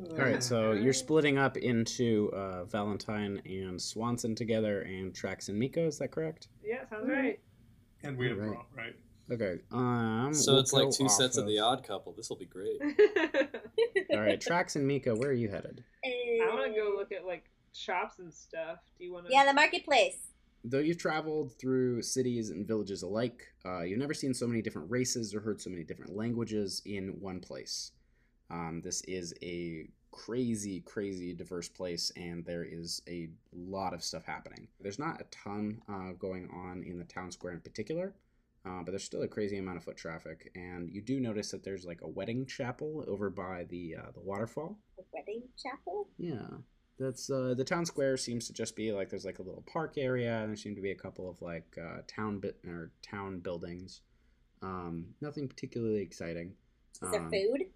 Speaker 2: All right, so you're splitting up into uh, Valentine and Swanson together, and Trax and Miko. Is that correct?
Speaker 7: Yeah, sounds
Speaker 5: Mhm.
Speaker 7: right.
Speaker 6: and we have
Speaker 2: Right.
Speaker 6: Brom, right?
Speaker 2: Okay. Um.
Speaker 8: So
Speaker 2: we'll
Speaker 8: it's like
Speaker 2: go
Speaker 8: two
Speaker 2: off
Speaker 8: sets of the
Speaker 2: of-
Speaker 8: odd couple. This will be great.
Speaker 7: I
Speaker 2: All right, Trax and Miko, where are you headed?
Speaker 7: want to go look at like shops and stuff. Do you want to?
Speaker 5: Yeah, the marketplace.
Speaker 2: Though you've traveled through cities and villages alike, uh, you've never seen so many different races or heard so many different languages in one place. Um, this is a crazy, crazy diverse place, and there is a lot of stuff happening. There's not a ton uh, going on in the town square in particular, uh, but there's still a crazy amount of foot traffic. And you do notice that there's like a wedding chapel over by the uh, the waterfall.
Speaker 5: The wedding chapel.
Speaker 2: Yeah. That's uh, the town square seems to just be like there's like a little park area and there seem to be a couple of like uh, town bit or town buildings. Um, nothing particularly exciting.
Speaker 5: Is there
Speaker 2: Um,
Speaker 5: food?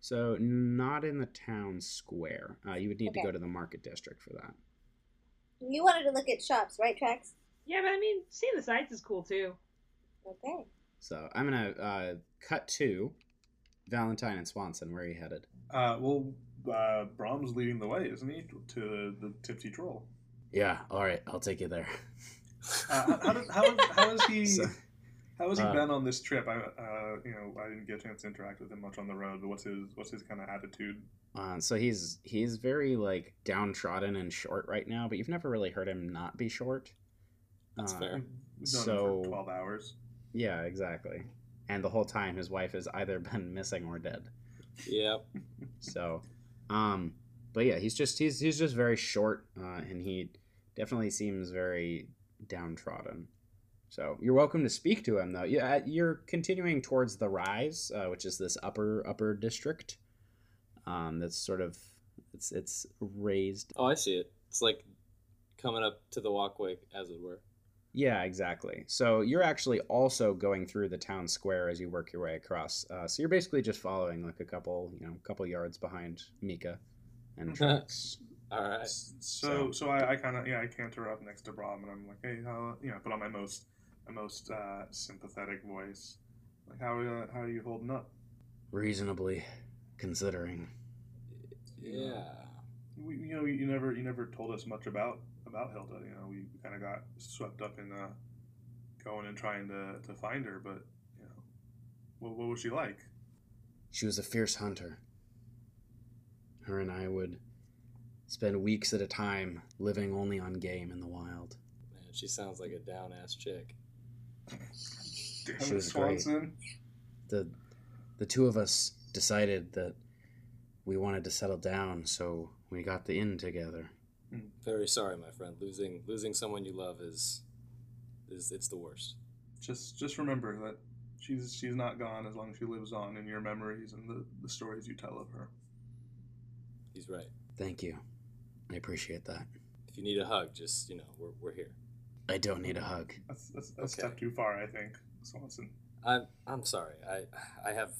Speaker 2: So not in the town square. Uh, you would need to
Speaker 5: Okay.
Speaker 2: go to the market district for that.
Speaker 5: You wanted to look at shops, right, Trax?
Speaker 7: Yeah, but I mean, seeing the sights is cool too.
Speaker 5: Okay.
Speaker 2: So I'm gonna uh, cut to Valentine and Swanson. Where are you headed?
Speaker 6: Uh, well, uh, Brom's leading the way, isn't he, to the tipsy troll?
Speaker 2: Yeah. All right. I'll take you there.
Speaker 6: Uh, how, how, does- how, how is he?
Speaker 2: So-
Speaker 6: how has he
Speaker 2: uh,
Speaker 6: been on this trip? I, uh, you know, I didn't get a chance to interact with him much on the road. But what's his what's his kind of attitude?
Speaker 2: Uh, so he's he's very like downtrodden and short right now, but you've never really heard him not be short.
Speaker 8: That's
Speaker 2: Uh,
Speaker 8: fair.
Speaker 6: We've known him
Speaker 2: So-
Speaker 6: for twelve hours.
Speaker 2: Yeah, exactly. And the whole time his wife has either been missing or dead.
Speaker 8: Yeah.
Speaker 2: So, um, but yeah, he's just he's he's just very short, uh, and he definitely seems very downtrodden. So you're welcome to speak to him though. Yeah, uh, you're continuing towards the rise, uh, which is this upper upper district. Um, that's sort of it's it's raised
Speaker 8: Oh, I see it. It's like coming up to the walkway, as it were.
Speaker 2: Yeah, exactly. So you're actually also going through the town square as you work your way across. Uh, so you're basically just following like a couple, you know, couple yards behind Mika and Trax.
Speaker 8: All right.
Speaker 6: So, so I, I kind of yeah, I canter up next to Brom, and I'm like, hey, how you know, I put on my most my most uh, sympathetic voice. Like, how uh, how are you holding up?
Speaker 2: Reasonably considering.
Speaker 8: Yeah.
Speaker 6: We, you know, you never you never told us much about about Hilda. You know, we kind of got swept up in uh, going and trying to, to find her, but you know, what, what was she like?
Speaker 2: She was a fierce hunter. Her and I would spend weeks at a time living only on game in the wild.
Speaker 8: Man, she sounds like a down ass chick.
Speaker 6: Damn
Speaker 2: She
Speaker 6: it,
Speaker 2: was great.
Speaker 6: Swanson.
Speaker 2: the the two of us decided that we wanted to settle down, so we got the inn together.
Speaker 8: Very sorry, my friend. Losing losing someone you love is is it's the worst.
Speaker 6: Just just remember that she's she's not gone as long as she lives on in your memories and the, the stories you tell of her.
Speaker 8: He's right.
Speaker 2: Thank you. I appreciate that.
Speaker 8: If you need a hug, just you know, we're we're here.
Speaker 2: I don't need a hug.
Speaker 6: That's that's, that's
Speaker 8: Okay.
Speaker 6: a step too far, I think, Swanson.
Speaker 8: I'm I'm sorry. I I have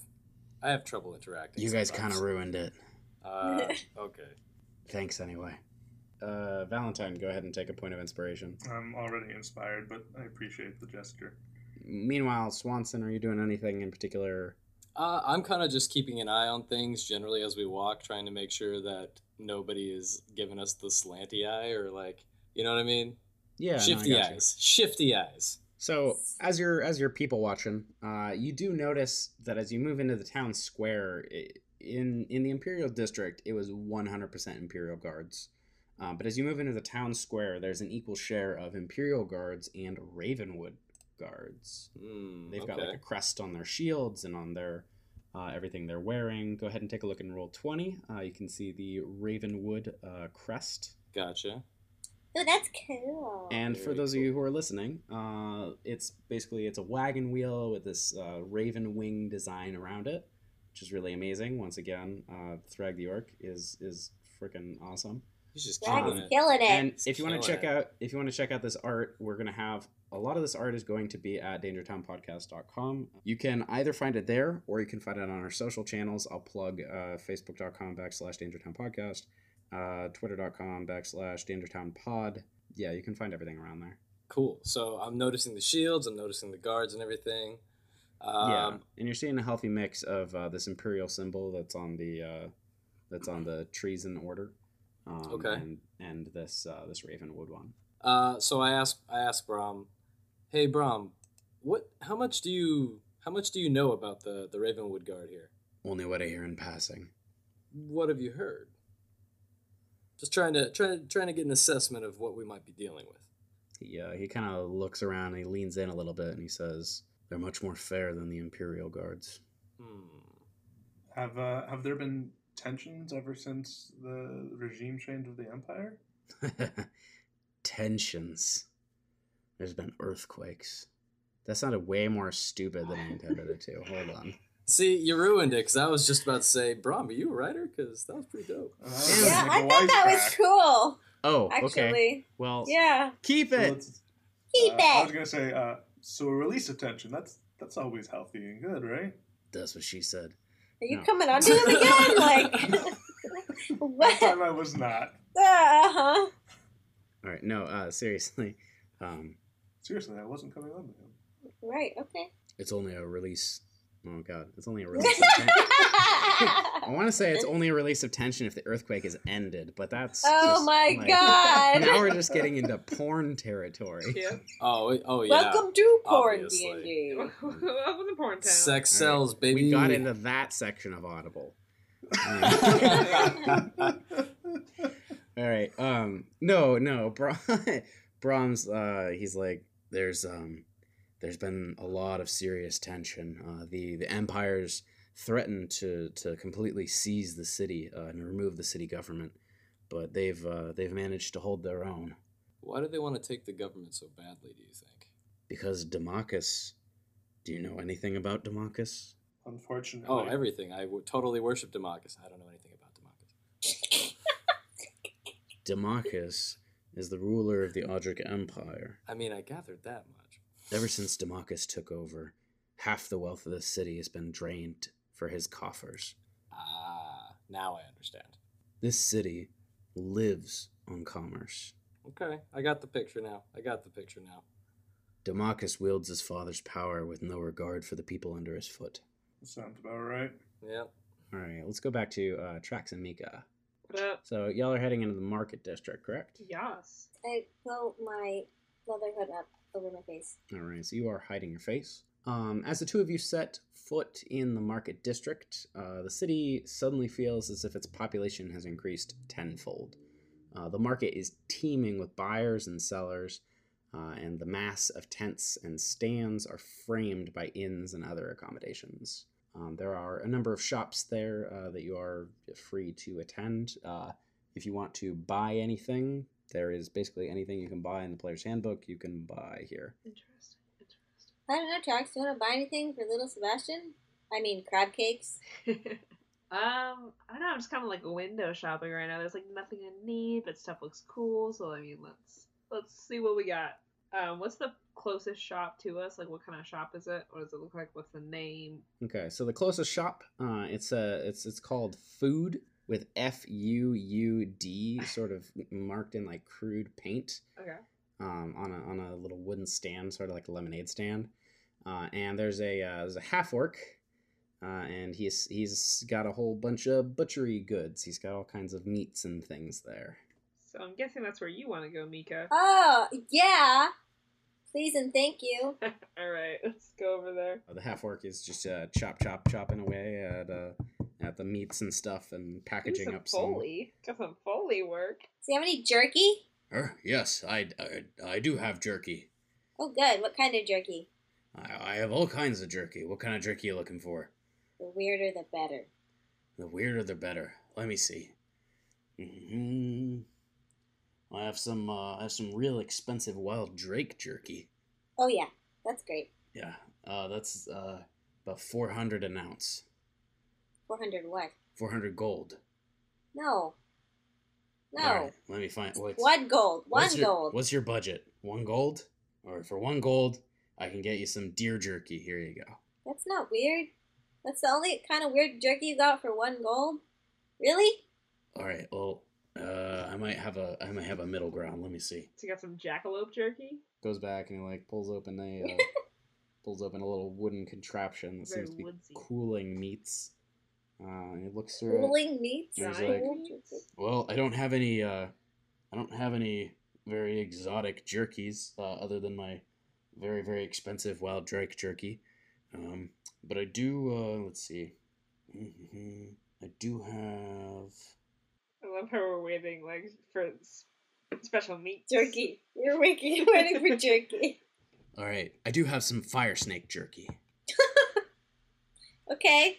Speaker 8: I have trouble interacting.
Speaker 2: You guys kind
Speaker 8: sometimes.
Speaker 2: of ruined it.
Speaker 8: Uh, okay.
Speaker 2: Thanks anyway. Uh, Valentine, go ahead and take a point of inspiration.
Speaker 6: I'm already inspired, but I appreciate the gesture.
Speaker 2: Meanwhile, Swanson, are you doing anything in particular?
Speaker 8: Uh, I'm kind of just keeping an eye on things generally as we walk, trying to make sure that nobody is giving us the slanty eye or like, you know what I mean?
Speaker 2: Yeah, no, I
Speaker 8: Shifty
Speaker 2: got you.
Speaker 8: eyes. Shifty eyes.
Speaker 2: So as you're as you're people watching, uh, you do notice that as you move into the town square i in in the imperial district, it was 100% imperial guards. Um, but as you move into the town square, there's an equal share of imperial guards and Ravenwood guards.
Speaker 8: Mm,
Speaker 2: They've
Speaker 8: okay.
Speaker 2: got like a crest on their shields and on their uh, everything they're wearing. Go ahead and take a look in roll 20. Uh, you can see the Ravenwood uh, crest.
Speaker 8: Gotcha.
Speaker 5: Oh, that's cool.
Speaker 2: And for
Speaker 8: Very
Speaker 2: those of you who are listening, uh, it's basically it's a wagon wheel with this uh, raven wing design around it, which is really amazing. Once again, uh, Thrag the Orc is is freaking awesome.
Speaker 8: He's just
Speaker 5: Drag
Speaker 8: killing
Speaker 5: is
Speaker 8: it.
Speaker 5: killing it.
Speaker 2: And if you want
Speaker 8: Killer.
Speaker 2: to check out if you want to check out this art, we're gonna have a lot of this art is going to be at dangertownpodcast.com. You can either find it there or you can find it on our social channels. I'll plug uh, facebook.com backslash dangertownpodcast, uh, twitter.com backslash dangertownpod. Yeah, you can find everything around there.
Speaker 8: Cool. So I'm noticing the shields. I'm noticing the guards and everything. Um,
Speaker 2: yeah, and you're seeing a healthy mix of uh, this imperial symbol that's on the uh, that's on the trees in order. Um,
Speaker 8: Okay.
Speaker 2: And, and this uh, this Ravenwood one.
Speaker 8: Uh, so I asked I asked Brom, "Hey Brom, what? How much do you how much do you know about the the Ravenwood Guard here?
Speaker 2: Only what I hear in passing.
Speaker 8: What have you heard?" Just trying to trying trying to get an assessment of what we might be dealing with.
Speaker 2: He uh, he kind of looks around and he leans in a little bit and he says, "They're much more fair than the imperial guards."
Speaker 8: Hmm.
Speaker 6: Have uh, have there been tensions ever since the regime change of the empire?
Speaker 2: Tensions. There's been earthquakes. That sounded way more stupid than I intended it to. Hold on.
Speaker 8: See, you ruined it because I was just about to say, Brom, are you a writer? Because that was pretty dope.
Speaker 6: And I
Speaker 2: Yeah,
Speaker 6: was
Speaker 5: yeah,
Speaker 6: like
Speaker 5: I
Speaker 6: a
Speaker 5: thought that was
Speaker 6: wisecrack.
Speaker 5: cool.
Speaker 2: Oh, okay.
Speaker 5: Actually,
Speaker 2: Well,
Speaker 5: yeah.
Speaker 2: keep
Speaker 6: So
Speaker 2: it.
Speaker 6: let's-
Speaker 5: Keep
Speaker 6: uh, I was
Speaker 5: it.
Speaker 6: gonna say, uh, so a release of tension. That's that's always healthy and good, right?
Speaker 2: That's what she said.
Speaker 5: Are you
Speaker 2: no.
Speaker 5: coming onto him again? Like,
Speaker 6: That
Speaker 5: what? Uh-huh. Uh
Speaker 6: time I was not.
Speaker 5: huh.
Speaker 2: All right, no, uh, seriously. Um,
Speaker 6: Seriously, I wasn't coming on to him.
Speaker 5: Right. Okay.
Speaker 2: it's only a release. Oh god, it's only a release. Of ten- I want to say it's only a release of tension if the earthquake is ended, but that's.
Speaker 5: oh
Speaker 2: just,
Speaker 5: my
Speaker 2: like- Oh,
Speaker 5: god.
Speaker 2: Now we're just getting into porn territory.
Speaker 7: Yep.
Speaker 8: Oh, it- oh yeah.
Speaker 5: Welcome to porn
Speaker 8: obviously.
Speaker 5: D&D.
Speaker 7: Up in the porn town.
Speaker 8: Sex
Speaker 2: All right.
Speaker 8: sells, baby.
Speaker 2: We got into that section of Audible. All right. Um. No. No. Bra- Brahms. Uh. He's like. There's. Um. There's been a lot of serious tension. Uh. The the empire's threatened to to completely seize the city uh, and remove the city government, but they've uh, they've managed to hold their own
Speaker 8: Why do they want to take the government so badly? Do you think?
Speaker 2: because Demachus. Do you know anything about Demachus?
Speaker 6: Unfortunately.
Speaker 8: Oh, everything. I w- totally worship Democus. I don't know anything about Democus.
Speaker 2: Demachus is the ruler of the Audric Empire.
Speaker 8: I mean, I gathered that much.
Speaker 2: Ever since Demachus took over, half the wealth of the city has been drained for his coffers.
Speaker 8: Ah, now I understand.
Speaker 2: This city lives on commerce.
Speaker 8: Okay, I got the picture now. I got the picture now.
Speaker 2: Demachus wields his father's power with no regard for the people under his foot.
Speaker 6: Sounds about right.
Speaker 8: Yep.
Speaker 2: All right, let's go back to uh, Trax and Mika.
Speaker 7: But,
Speaker 2: So y'all are heading into the market district, correct?
Speaker 7: yes.
Speaker 5: I blow my leather hood up over my face.
Speaker 2: All right, so you are hiding your face. Um, as the two of you set foot in the market district, uh, the city suddenly feels as if its population has increased tenfold. Uh, the market is teeming with buyers and sellers, uh, and the mass of tents and stands are framed by inns and other accommodations. Um, there are a number of shops there uh, that you are free to attend. Uh, if you want to buy anything, there is basically anything you can buy in the player's handbook, you can buy here.
Speaker 7: Interesting. Interesting.
Speaker 5: I don't know, Trax. Do you want to buy anything for little Sebastian? I mean, crab cakes.
Speaker 7: um, I don't know. I'm just kind of like window shopping right now. There's like nothing I need, but stuff looks cool. So I mean, let's let's see what we got. Um, what's the closest shop to us? Like, what kind of shop is it? What does it look like? What's the name?
Speaker 2: Okay, so the closest shop, uh, it's a it's it's uh, called Food, with F U U D sort of marked in like crude paint
Speaker 7: Okay.
Speaker 2: um, on a on a little wooden stand, sort of like a lemonade stand. Uh, and there's a uh, there's a half orc, uh, and he's he's got a whole bunch of butchery goods. He's got all kinds of meats and things there.
Speaker 7: So I'm guessing that's where you want to go, Mika.
Speaker 5: Oh, yeah. Please and thank you.
Speaker 7: All right, let's go over there.
Speaker 2: Uh, the half orc is just uh, chop chop chopping away at uh, at the meats and stuff and
Speaker 7: Do
Speaker 2: packaging
Speaker 7: some
Speaker 2: up some.
Speaker 7: foley. Got some foley work.
Speaker 5: Do you have any jerky?
Speaker 2: Er, yes, I, I I do have jerky.
Speaker 5: Oh, good. What kind of jerky?
Speaker 2: I, I have all kinds of jerky. What kind of jerky are you looking for?
Speaker 5: The weirder, the better.
Speaker 2: The weirder the better. Let me see. hmm I have some uh, I have some real expensive wild drake jerky.
Speaker 5: Oh, yeah. That's great.
Speaker 2: Yeah. Uh, that's uh, about 400 an ounce.
Speaker 5: 400 what?
Speaker 2: 400 gold.
Speaker 5: No.
Speaker 2: All
Speaker 5: No.
Speaker 2: right, let me find what's,
Speaker 5: One gold. One
Speaker 2: what's your,
Speaker 5: gold.
Speaker 2: What's your budget? 1 gold? Or for 1 gold, I can get you some deer jerky. Here you go.
Speaker 5: That's not weird. That's the only kind of weird jerky you got for one gold? Really?
Speaker 2: All right. Well, uh, I might have a I might have a middle ground. Let me see.
Speaker 7: So you got some jackalope jerky.
Speaker 2: Goes back and he like pulls open a uh, pulls open a little wooden contraption that
Speaker 7: Very
Speaker 2: seems to be
Speaker 7: woodsy.
Speaker 2: cooling meats. Uh, and he looks through it.
Speaker 5: Cooling meats?
Speaker 2: There's
Speaker 7: Giant
Speaker 2: like-
Speaker 7: meats?
Speaker 2: Well, I don't have any. Uh, I don't have any very exotic jerkies uh, other than my very very expensive wild drake jerky. Um, but I do. Uh, let's see. hmm I do have.
Speaker 7: I love how we're waiting like for s- special meat
Speaker 5: Jerky. You're waiting, waiting for jerky.
Speaker 2: All right, I do have some fire snake jerky.
Speaker 5: Okay.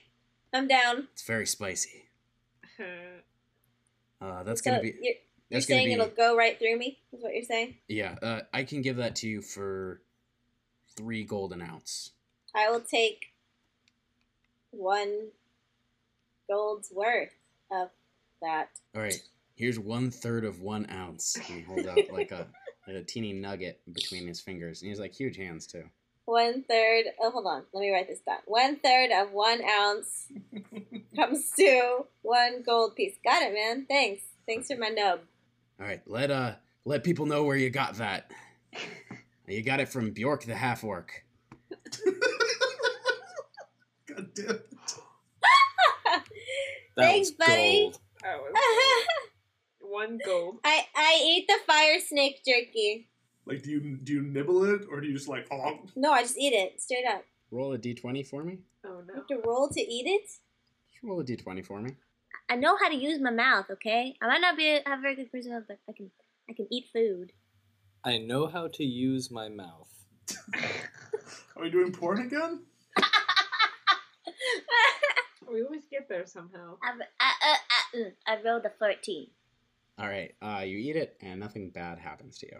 Speaker 5: I'm down.
Speaker 2: It's very spicy. Uh, that's
Speaker 5: So
Speaker 2: gonna be.
Speaker 5: You're, you're
Speaker 2: That's gonna
Speaker 5: saying
Speaker 2: be.
Speaker 5: it'll go right through me? Is what you're saying?
Speaker 2: Yeah, uh, I can give that to you for three gold an ounce.
Speaker 5: I will take one gold's worth of that.
Speaker 2: All right, here's one third of one ounce. And he holds out like a like a teeny nugget between his fingers, and he's like huge hands too.
Speaker 5: One third. Oh, hold on. Let me write this down. One third of one ounce comes to one gold piece. Got it, man. Thanks. Thanks for my nub.
Speaker 2: All right, let uh let people know where you got that. You got it from Bjork the half orc.
Speaker 6: God damn it.
Speaker 5: Thanks, buddy.
Speaker 8: gold.
Speaker 7: Oh, it's-
Speaker 5: I
Speaker 7: one gold.
Speaker 5: I ate the fire snake jerky.
Speaker 6: Like, do you do you nibble it or do you just like? Oh,
Speaker 5: No, I just eat it straight up.
Speaker 2: Roll a d20 for me.
Speaker 7: Oh
Speaker 5: You
Speaker 7: no.
Speaker 5: have to roll to eat it.
Speaker 2: Just roll a d20 for me.
Speaker 5: I know how to use my mouth. Okay, I might not be a, a very good person, but I can I can eat food.
Speaker 8: I know how to use my mouth.
Speaker 6: are we doing porn again?
Speaker 7: We always get there somehow.
Speaker 5: I, I, I, uh, mm, I, I rolled a fourteen.
Speaker 2: All right, uh, you eat it, and nothing bad happens to you.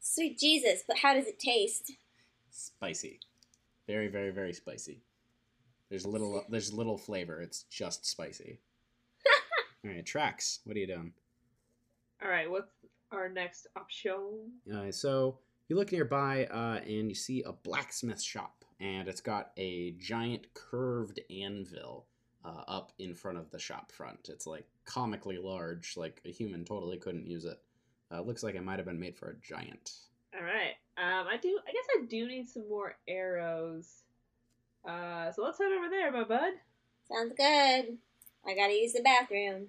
Speaker 5: Sweet Jesus, but how does it taste?
Speaker 2: Spicy, very, very, very spicy. There's little, there's little flavor. It's just spicy. All right, tracks. What are you doing?
Speaker 7: All right, what's our next option?
Speaker 2: Uh, so you look nearby uh, and you see a blacksmith shop, and it's got a giant curved anvil uh, up in front of the shop front. It's like comically large, like a human totally couldn't use it. Uh, looks like it might have been made for a giant.
Speaker 7: All right. Um, I do. I guess I do need some more arrows. Uh, so let's head over there, my bud.
Speaker 5: Sounds good. I gotta use the bathroom.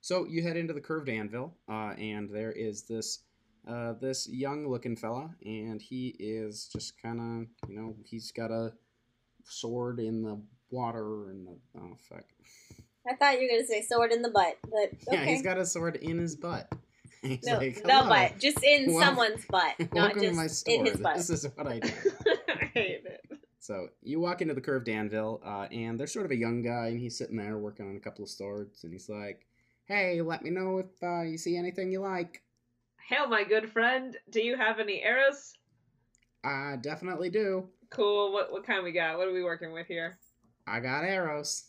Speaker 2: So you head into the curved anvil, uh, and there is this uh, this young looking fella, and he is just kind of you know he's got a sword in the water and the oh fuck
Speaker 5: I thought you were gonna say sword in the butt, but
Speaker 2: Yeah,
Speaker 5: okay.
Speaker 2: he's got a sword in his butt. He's
Speaker 5: no,
Speaker 2: like,
Speaker 5: the
Speaker 2: "Hello,
Speaker 5: butt, just in
Speaker 2: Well-
Speaker 5: someone's butt, not
Speaker 2: Welcome to
Speaker 5: just
Speaker 2: my
Speaker 5: in
Speaker 2: store.
Speaker 5: his butt.
Speaker 2: This is what I do.
Speaker 7: I hate it.
Speaker 2: So you walk into the curved anvil, uh, and there's sort of a young guy, and he's sitting there working on a couple of swords, and he's like, "Hey, let me know if uh, you see anything you like."
Speaker 7: Hail, my good friend. Do you have any arrows?
Speaker 2: I definitely do.
Speaker 7: Cool. What what kind we got? What are we working with here?
Speaker 2: I got arrows.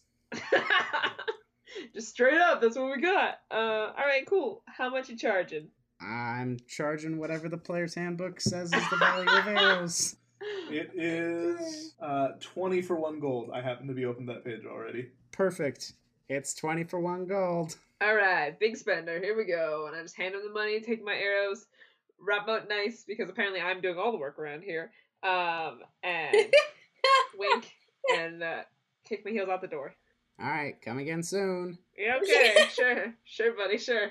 Speaker 7: Just straight up. That's what we got. Uh, all right. Cool. How much you charging?
Speaker 2: I'm charging whatever the player's handbook says is the value of arrows.
Speaker 6: It is uh, twenty for one gold. I happen to be open that page already.
Speaker 2: Perfect. It's 20 for one gold.
Speaker 7: All right, big spender. Here we go. And I just hand him the money, take my arrows, wrap 'em up nice because apparently I'm doing all the work around here. Um, and wink and uh, kick my heels out the door.
Speaker 2: All right, come again soon.
Speaker 7: Yeah, okay, sure, sure, buddy, sure.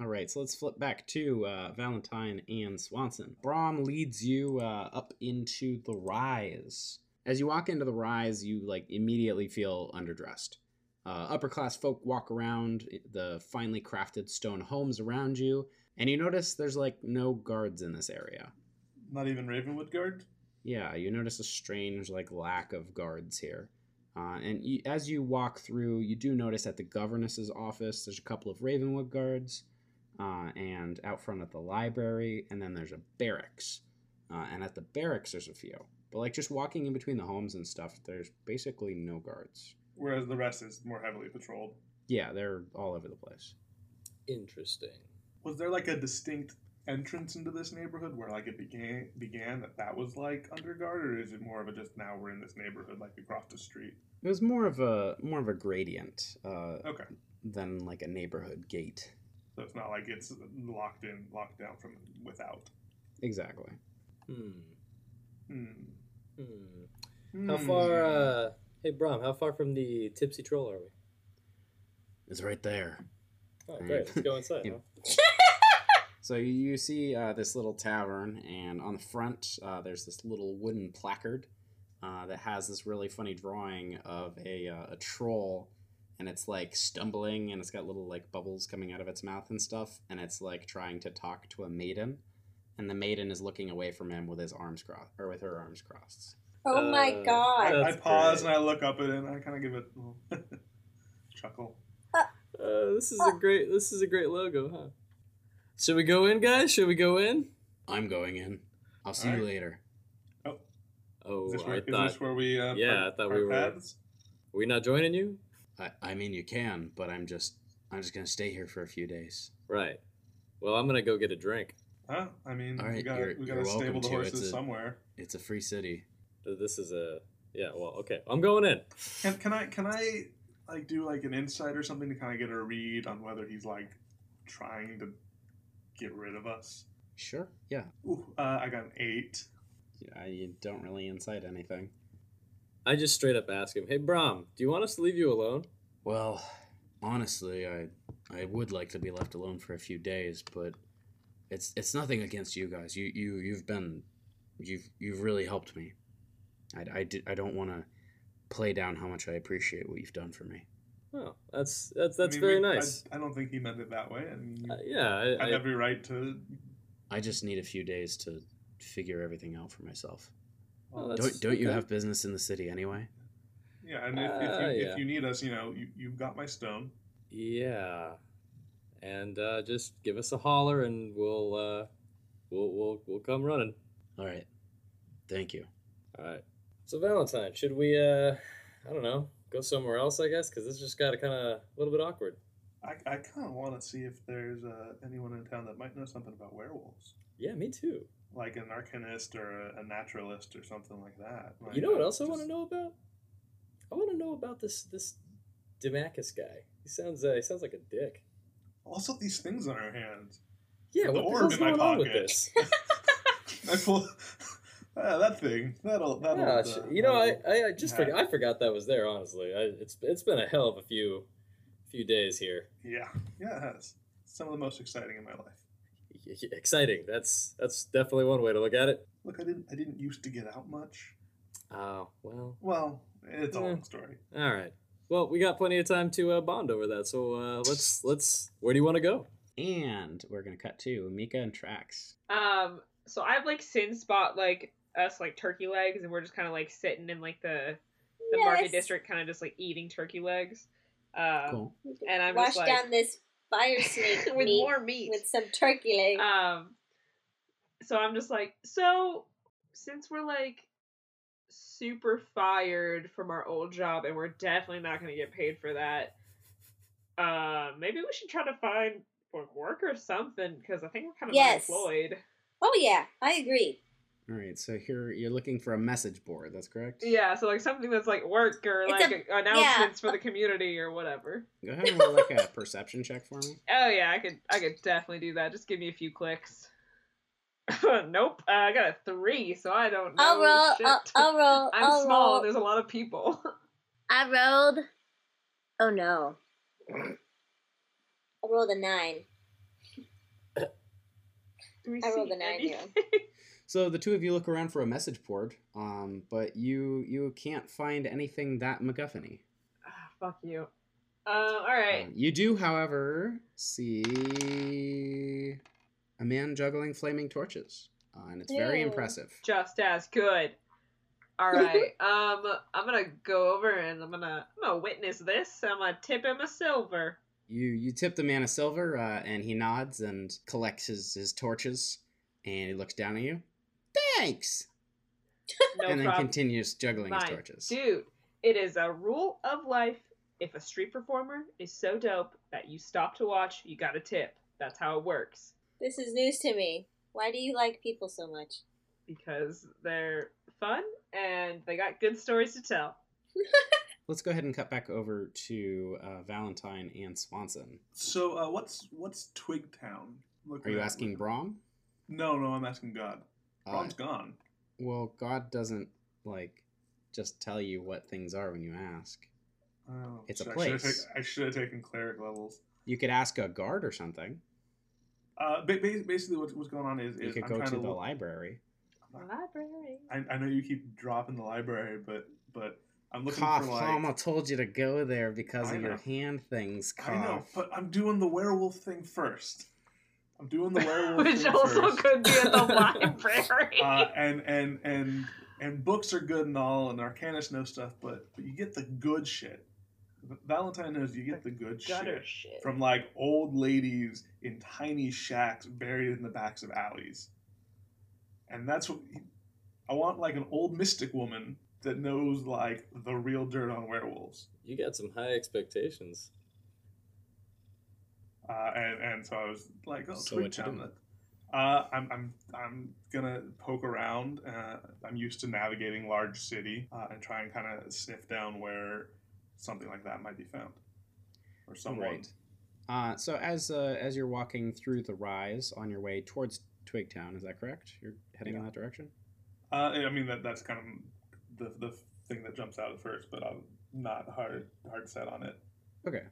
Speaker 2: All right, so let's flip back to uh, Valentine and Swanson. Brom leads you uh, up into the rise. As you walk into the rise, you like immediately feel underdressed. Uh, upper class folk walk around the finely crafted stone homes around you, and you notice there's like no guards in this area.
Speaker 6: Not even Ravenwood Guard?
Speaker 2: Yeah, you notice a strange like lack of guards here. Uh, and you, as you walk through, you do notice at the governess's office there's a couple of Ravenwood guards, uh, and out front at the library, and then there's a barracks, uh, and at the barracks there's a few. But like just walking in between the homes and stuff, there's basically no guards.
Speaker 6: Whereas the rest is more heavily patrolled.
Speaker 2: Yeah, they're all over the place.
Speaker 8: Interesting.
Speaker 6: Was there like a distinct entrance into this neighborhood where like it began began that that was like under guard, or is it more of a just now we're in this neighborhood like across the street?
Speaker 2: It was more of a more of a gradient uh,
Speaker 6: Okay,
Speaker 2: than like a neighborhood gate.
Speaker 6: so it's not like it's locked in, locked down from without.
Speaker 2: Exactly.
Speaker 8: Hmm.
Speaker 6: Hmm.
Speaker 8: Hmm.
Speaker 6: Hmm.
Speaker 8: How far? uh Hey, Brom. How far from the tipsy troll are we?
Speaker 2: It's right there.
Speaker 8: Oh,
Speaker 6: Hmm.
Speaker 2: Mm.
Speaker 8: great. Let's go inside.
Speaker 2: Yeah.
Speaker 8: huh?
Speaker 2: So you see uh, this little tavern, and on the front uh, there's this little wooden placard uh, that has this really funny drawing of a, uh, a troll, and it's like stumbling, and it's got little like bubbles coming out of its mouth and stuff, and it's like trying to talk to a maiden, and the maiden is looking away from him with his arms crossed or with her arms crossed.
Speaker 5: Oh my
Speaker 8: Uh,
Speaker 5: god.
Speaker 8: uh,
Speaker 6: I, I
Speaker 8: That's
Speaker 6: pause
Speaker 8: great.
Speaker 6: and I look up at it and I kind of give it a little chuckle.
Speaker 8: Uh, this is a great. This is a great logo, huh? Should we go in, guys? Should we go in?
Speaker 2: I'm going in. I'll see you
Speaker 6: Alright.
Speaker 2: later.
Speaker 8: Oh,
Speaker 6: Is this where,
Speaker 8: I
Speaker 6: is
Speaker 8: thought.
Speaker 6: this where we? Uh,
Speaker 8: yeah,
Speaker 6: part-
Speaker 8: I thought
Speaker 6: part
Speaker 8: we were-
Speaker 6: paths?
Speaker 8: we not joining you?
Speaker 2: I, I mean, you can, but I'm just I'm just gonna stay here for a few days.
Speaker 8: Right. Well, I'm gonna go get a drink.
Speaker 6: Huh? I mean,
Speaker 2: All
Speaker 6: we
Speaker 2: right,
Speaker 6: got
Speaker 2: you're-
Speaker 6: we got
Speaker 2: you're
Speaker 6: to stable
Speaker 2: welcome
Speaker 6: the
Speaker 2: to.
Speaker 6: horses
Speaker 2: It's a-
Speaker 6: somewhere.
Speaker 2: It's a free city.
Speaker 8: Uh, This is a. Yeah. Well, okay. I'm going in.
Speaker 6: Can, can I can I like do like an insight or something to kind of get a read on whether he's like trying to get rid of us?
Speaker 2: Sure. Yeah.
Speaker 6: Ooh, uh, I got an eight.
Speaker 2: Yeah, you don't really incite anything.
Speaker 8: I just straight up ask him, "Hey, Brom, do you want us to leave you alone?"
Speaker 2: Well, honestly, I I would like to be left alone for a few days, but it's it's nothing against you guys. You you you've been you've you've really helped me. I I, di- I don't want to play down how much I appreciate what you've done for me.
Speaker 8: Oh, that's that's that's
Speaker 6: I mean,
Speaker 8: very
Speaker 6: we-
Speaker 8: nice.
Speaker 6: I, I don't think he meant it that way. I mean, you
Speaker 8: Uh, yeah. I,
Speaker 6: had
Speaker 8: I-
Speaker 6: every right to.
Speaker 2: I just need a few days to figure everything out for myself.
Speaker 8: well, oh, that's-
Speaker 2: Don't don't you
Speaker 8: okay.
Speaker 2: have business in the city anyway?
Speaker 6: Yeah, and if, if, you,
Speaker 8: Ah, yeah.
Speaker 6: if you need us, you know, you, you've got my stone.
Speaker 8: Yeah, and uh, just give us a holler, and we'll uh, we'll we'll we'll come running.
Speaker 2: All right. Thank you.
Speaker 8: All right. So Valentine, should we? Uh, I don't know. Go somewhere else, I guess, because this just got kind of a little bit awkward.
Speaker 6: I, I kind of want to see if there's uh, anyone in town that might know something about werewolves,
Speaker 8: Yeah, me too.
Speaker 6: like an arcanist or a, a naturalist or something like that. Like,
Speaker 8: you know what
Speaker 6: uh,
Speaker 8: else I want to
Speaker 6: just-
Speaker 8: know about? I want to know about this this Demacus guy. He sounds uh, he sounds like a dick.
Speaker 6: Also, these things on our hands.
Speaker 8: Yeah,
Speaker 6: The
Speaker 8: what the
Speaker 6: orb
Speaker 8: hell's
Speaker 6: in my
Speaker 8: going on with
Speaker 6: pocket.
Speaker 8: this?
Speaker 6: I pull Ah, that thing. That'll that'll.
Speaker 8: Yeah,
Speaker 6: uh,
Speaker 8: sh- you know, I,
Speaker 6: that'll-
Speaker 8: I I just
Speaker 6: Yeah.
Speaker 8: forgot, I forgot that was there. Honestly, I, it's it's been a hell of a few few days here.
Speaker 6: Yeah, yeah, it has. Some of the most exciting in my life.
Speaker 8: Y- y- Exciting. That's that's definitely one way to look at it.
Speaker 6: Look, I didn't I didn't used to get out much.
Speaker 8: Oh well.
Speaker 6: Well, it's a
Speaker 8: Yeah.
Speaker 6: long story.
Speaker 8: All right. Well, we got plenty of time to uh, bond over that. So uh, let's let's. Where do you want to go?
Speaker 2: And we're gonna cut to Mika and Trax.
Speaker 7: Um, so I've like sin spot like us like turkey legs, and we're just kind of like sitting in like the the market
Speaker 5: Yes.
Speaker 7: district, kind of just like eating turkey legs. Um,
Speaker 2: Cool.
Speaker 7: and I'm
Speaker 5: Wash
Speaker 7: just, like-
Speaker 5: down this fire snake
Speaker 7: with
Speaker 5: meat
Speaker 7: more meat.
Speaker 5: with some turkey leg.
Speaker 7: um, so I'm just like, so since we're like super fired from our old job, and we're definitely not going to get paid for that. Uh, maybe we should try to find like work or something because I think we're kind of
Speaker 5: Yes.
Speaker 7: unemployed.
Speaker 5: oh yeah, I agree.
Speaker 2: All right, so here you're looking for a message board. That's correct.
Speaker 7: Yeah, so like something that's like work or
Speaker 5: It's
Speaker 7: like announcements for
Speaker 5: yeah.
Speaker 7: the community or whatever.
Speaker 2: Go ahead and roll like a perception check for me.
Speaker 7: Oh yeah, I could I could definitely do that. Just give me a few clicks. nope, uh, I got a three, so I don't know.
Speaker 5: I'll roll.
Speaker 7: Shit.
Speaker 5: I'll, I'll roll.
Speaker 7: I'm
Speaker 5: will
Speaker 7: small.
Speaker 5: Roll.
Speaker 7: There's a lot of people.
Speaker 5: I rolled. Oh no. I rolled a nine.
Speaker 7: Do we
Speaker 5: I
Speaker 7: see
Speaker 5: rolled a nine
Speaker 7: any-
Speaker 5: here.
Speaker 2: So the two of you look around for a message board, um, but you you can't find anything that MacGuffin-y.
Speaker 7: Ah, fuck you. Uh, all right.
Speaker 2: Um, you do, however, see a man juggling flaming torches, uh, and it's very
Speaker 5: Ew.
Speaker 2: impressive.
Speaker 7: just as good. All right. um, I'm gonna go over and I'm gonna I'm gonna witness this. I'm gonna tip him a silver.
Speaker 2: You you tip the man a silver, uh, and he nods and collects his, his torches, and he looks down at you. Thanks,
Speaker 7: No
Speaker 2: and then
Speaker 7: problem,
Speaker 2: continues juggling his
Speaker 7: Fine.
Speaker 2: torches.
Speaker 7: dude. It is a rule of life. If a street performer is so dope that you stop to watch, you got to tip. That's how it works
Speaker 5: This is news to me. Why do you like people so much?
Speaker 7: because they're fun and they got good stories to tell.
Speaker 2: Let's go ahead and cut back over to uh, Valentine and Swanson.
Speaker 6: So uh, what's what's Twigtown? Look
Speaker 2: Are you
Speaker 6: at-
Speaker 2: asking Brom?
Speaker 6: No, no, I'm asking God.
Speaker 2: Uh,
Speaker 6: Brom's gone.
Speaker 2: well, God doesn't like just tell you what things are when you ask.
Speaker 6: Oh,
Speaker 2: it's a
Speaker 6: shit, I should've
Speaker 2: place.
Speaker 6: tak- I should have taken cleric levels.
Speaker 2: You could ask a guard or something.
Speaker 6: Uh, ba- ba- basically, what's, what's going on is,
Speaker 2: You
Speaker 6: is
Speaker 2: could
Speaker 6: I'm
Speaker 2: go
Speaker 6: trying
Speaker 2: to the
Speaker 6: look-
Speaker 2: library.
Speaker 7: Library.
Speaker 6: I, I know you keep dropping the library, but but I'm looking
Speaker 2: Cough,
Speaker 6: for like.
Speaker 2: Mama told you to go there because
Speaker 6: I
Speaker 2: of your
Speaker 6: know.
Speaker 2: hand things. Cough.
Speaker 6: I
Speaker 7: Uh,
Speaker 6: know, but I'm doing the werewolf thing first. I'm doing the werewolf
Speaker 7: Which
Speaker 6: thing
Speaker 7: also
Speaker 6: first. Oh,
Speaker 7: could be at the library.
Speaker 6: Uh, and and and and books are good and all, and Arcanus knows stuff, but but you get the good shit. Valentine knows you get the good
Speaker 7: Gutter
Speaker 6: shit
Speaker 7: shit.
Speaker 6: from like old ladies in tiny shacks buried in the backs of alleys, and that's what I want. Like an old mystic woman that knows like the real dirt on werewolves.
Speaker 8: You got some high expectations.
Speaker 6: Uh, and, and so I was like, oh,
Speaker 2: So
Speaker 6: so Twig
Speaker 2: what you
Speaker 6: Town.
Speaker 2: doing?
Speaker 6: that- Uh, I'm, I'm, I'm gonna poke around. Uh, I'm used to navigating large city uh, and try and kind of sniff down where something like that might be found, or someone.
Speaker 2: Right. Uh, so as uh, as you're walking through the rise on your way towards Twigtown, is that correct? You're heading in that direction.
Speaker 6: Uh, I mean that that's kind of the, the thing that jumps out at first, but I'm not hard hard set on it.
Speaker 2: Okay.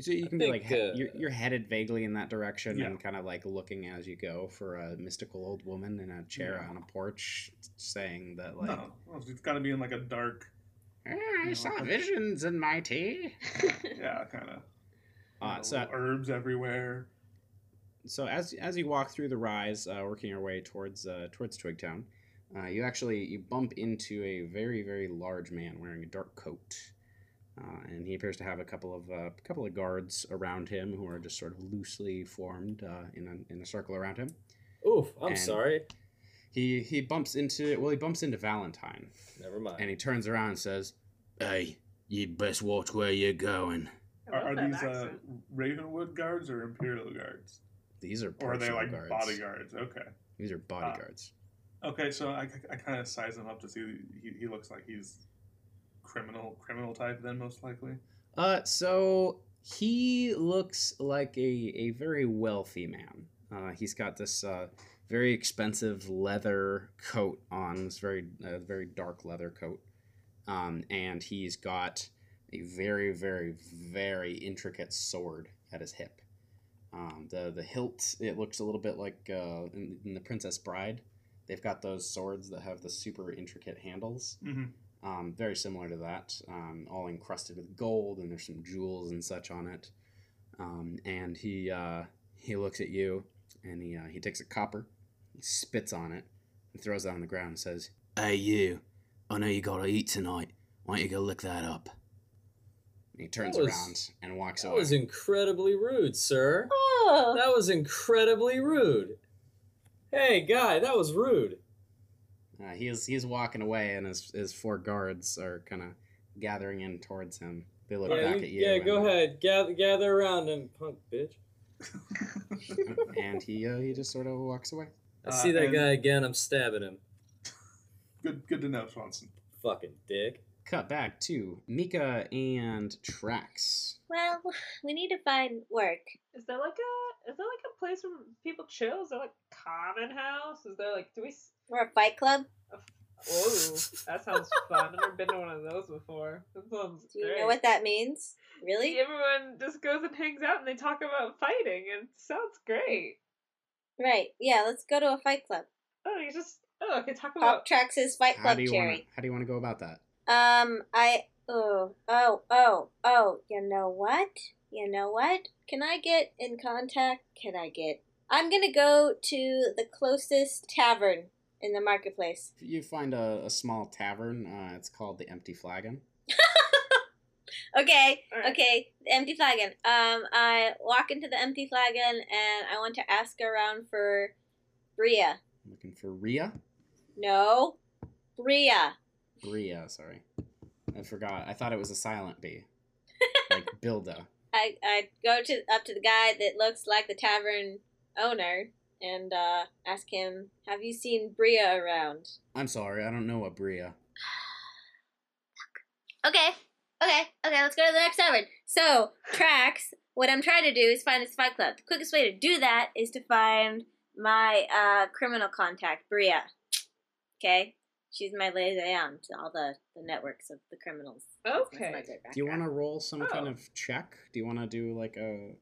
Speaker 2: So you
Speaker 8: I
Speaker 2: can be like
Speaker 8: think,
Speaker 2: he-
Speaker 8: uh,
Speaker 2: you're, you're headed vaguely in that direction
Speaker 6: Yeah.
Speaker 2: and kind of like looking as you go for a mystical old woman in a chair
Speaker 6: Yeah.
Speaker 2: on a porch saying that like
Speaker 6: no, well, it's got to be in like a dark,
Speaker 2: "Eh, I
Speaker 6: No,
Speaker 2: saw
Speaker 6: that's-
Speaker 2: visions in my tea.
Speaker 6: yeah, kind of.
Speaker 2: Uh, so-
Speaker 6: herbs everywhere.
Speaker 2: so as as you walk through the rise, uh, working your way towards uh, towards Twigtown, uh, you actually you bump into a very very large man wearing a dark coat, uh, and he appears to have a couple of uh, couple of guards around him who are just sort of loosely formed uh, in a, in a circle around him.
Speaker 8: Oof, I'm
Speaker 2: And-
Speaker 8: sorry.
Speaker 2: He he bumps into well he bumps into Valentine,
Speaker 8: Never mind.
Speaker 2: and he turns around and says, "Hey, you best watch where you're going."
Speaker 7: I love
Speaker 6: Are, are
Speaker 7: that
Speaker 6: these uh,
Speaker 7: accent.
Speaker 6: Ravenwood guards or Imperial guards?
Speaker 2: These are
Speaker 6: Or are they
Speaker 2: personal
Speaker 6: like Uh,
Speaker 2: guards.
Speaker 6: bodyguards? Okay.
Speaker 2: These are bodyguards.
Speaker 6: Okay, so I, I kind of size him up to see he, he looks like he's criminal criminal type then most likely.
Speaker 2: Uh, so he looks like a, a very wealthy man. Uh, he's got this uh, very expensive leather coat on, this very uh, very dark leather coat, um, and he's got a very very very intricate sword at his hip. Um, the the hilt it looks a little bit like uh, in, in the Princess Bride. They've got those swords that have the super intricate handles
Speaker 6: Mm-hmm.
Speaker 2: um, very similar to that, um, all encrusted with gold, and there's some jewels and such on it. Um, and he uh, he looks at you, and he uh, he takes a copper, he spits on it, and throws it on the ground and says, "Hey you, I know you gotta eat tonight. Why don't you go look that up?" And he turns
Speaker 8: That was-
Speaker 2: around and walks
Speaker 8: that
Speaker 2: away.
Speaker 8: was incredibly rude, sir.
Speaker 5: Oh,
Speaker 8: That was incredibly rude. Hey, guy, that was rude.
Speaker 2: uh, he is he's walking away, and his his four guards are kind of gathering in towards him. They look
Speaker 8: yeah,
Speaker 2: back
Speaker 8: you-
Speaker 2: at you.
Speaker 8: yeah, go
Speaker 2: and-
Speaker 8: ahead. Gather, gather around him, punk bitch.
Speaker 2: And he uh, he just sort of walks away.
Speaker 8: I
Speaker 6: Uh,
Speaker 8: see that
Speaker 6: and-
Speaker 8: guy again. I'm stabbing him.
Speaker 6: Good, good to know, Swanson.
Speaker 8: Fucking dick.
Speaker 2: Cut back to Mika and Trax.
Speaker 5: Well, we need to find work.
Speaker 7: Is there like a is there like a place where people chill? Is there like common house? Is there like do we? s-
Speaker 5: We're a fight club.
Speaker 7: Oh, that sounds fun. I've never been to one of those before. That sounds
Speaker 5: Do you
Speaker 7: great.
Speaker 5: know what that means? Really?
Speaker 7: Everyone just goes and hangs out and they talk about fighting. and It sounds great.
Speaker 5: Right. Yeah, let's go to a fight club.
Speaker 7: Oh, you just oh, I could talk
Speaker 5: Pop
Speaker 7: about
Speaker 5: Trax's fight
Speaker 2: How
Speaker 5: club,
Speaker 2: do you want?
Speaker 5: Jerry.
Speaker 2: How do you want to go about that?
Speaker 5: Um, I. Oh, oh, oh, oh. You know what? You know what? Can I get in contact? Can I get? I'm gonna go to the closest tavern in the marketplace.
Speaker 2: You find a, a small tavern. Uh, it's called the Empty Flagon.
Speaker 5: Okay.
Speaker 7: All right.
Speaker 5: Okay, the empty flagon. Um, I walk into the empty flagon and I want to ask around for Bria.
Speaker 2: looking for Rhea.
Speaker 5: No, Bria.
Speaker 2: Bria, sorry, I forgot. I thought it was a silent B, like Bilda.
Speaker 5: I, I go to up to the guy that looks like the tavern owner and uh, ask him, "Have you seen Bria around?"
Speaker 2: I'm sorry, I don't know what Bria.
Speaker 5: Okay, okay, okay. Let's go to the next tavern. So tracks. What I'm trying to do is find this fight club. The quickest way to do that is to find my uh, criminal contact, Bria. Okay, she's my liaison to all the, the networks of the criminals.
Speaker 7: Okay.
Speaker 2: Do you want to roll some kind
Speaker 7: Oh.
Speaker 2: of check? Do you want to do like a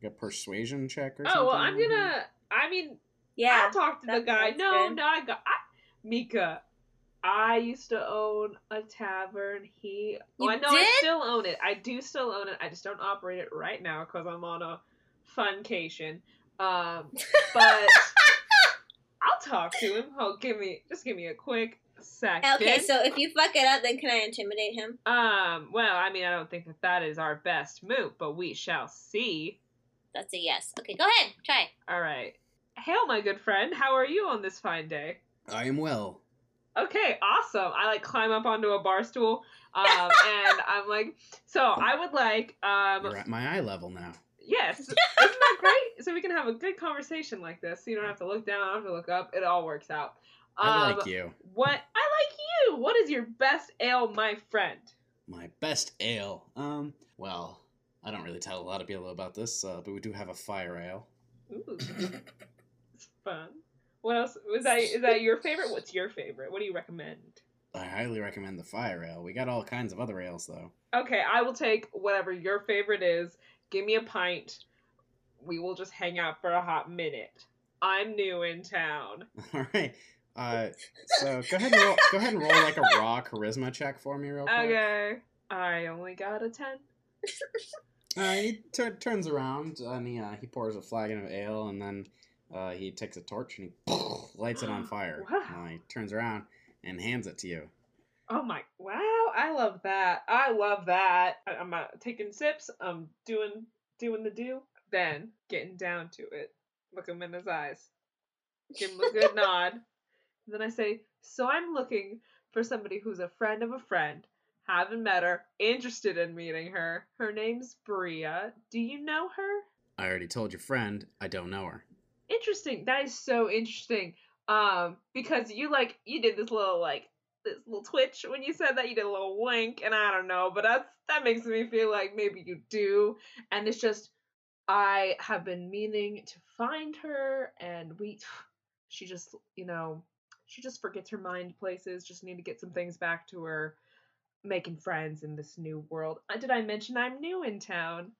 Speaker 2: like a persuasion check or something?
Speaker 7: Oh well, I'm
Speaker 2: like that?
Speaker 7: gonna. I mean,
Speaker 5: Yeah.
Speaker 7: I'll talk to the
Speaker 5: that
Speaker 7: guy.
Speaker 5: sounds
Speaker 7: No,
Speaker 5: good.
Speaker 7: no, I got I, Mika. I used to own a tavern. He, well, I
Speaker 5: You
Speaker 7: know
Speaker 5: did?
Speaker 7: I still own it. I do still own it. I just don't operate it right now because I'm on a funcation. Um, but I'll talk to him. Oh, give me just give me a quick second.
Speaker 5: Okay, so if you fuck it up, then can I intimidate him?
Speaker 7: um, well, I mean, I don't think that that is our best move, but we shall see.
Speaker 5: That's a yes. Okay, go ahead, try.
Speaker 7: All right. Hail, my good friend. How are you on this fine day?
Speaker 2: I am well.
Speaker 7: okay, awesome. I like climb up onto a bar stool, um, and I'm like, so I would like, um,
Speaker 2: You're at my eye level now.
Speaker 7: yes, isn't that great? So we can have a good conversation like this. So you don't have to look down, I don't have to look up. It all works out. Um,
Speaker 2: I like you.
Speaker 7: What I like you. What is your best ale, my friend?
Speaker 2: My best ale. Um, well, I don't really tell a lot of people about this, uh, but we do have a fire ale.
Speaker 7: Ooh, it's fun. What else was that? Is that your favorite? What's your favorite? What do you recommend?
Speaker 2: I highly recommend the fire ale. We got all kinds of other ales though.
Speaker 7: Okay, I will take whatever your favorite is. Give me a pint. We will just hang out for a hot minute. I'm new in town.
Speaker 2: All right. Uh, so go ahead and roll, go ahead and roll like a raw charisma check for me real quick.
Speaker 7: Okay. I only got a 10.
Speaker 2: Uh, he tur turns around and he uh, he pours a flagon of ale and then uh, he takes a torch and he lights it on fire.
Speaker 7: Wow.
Speaker 2: Uh, he turns around and hands it to you.
Speaker 7: Oh my. Wow, I love that. I love that. I, I'm uh, taking sips. I'm doing doing the do. Then getting down to it. Look him in his eyes. Give him a good nod. Then I say, So I'm looking for somebody who's a friend of a friend. Haven't met her. Interested in meeting her. Her name's Bria. Do you know her?
Speaker 2: I already told your friend I don't know her.
Speaker 7: Interesting. That is so interesting. Um, because you like you did this little like this little twitch when you said that you did a little wink, and I don't know, but that's that makes me feel like maybe you do. And it's just I have been meaning to find her, and we she just you know she just forgets her mind places just need to get some things back to her making friends in this new world Uh, did i mention i'm new in town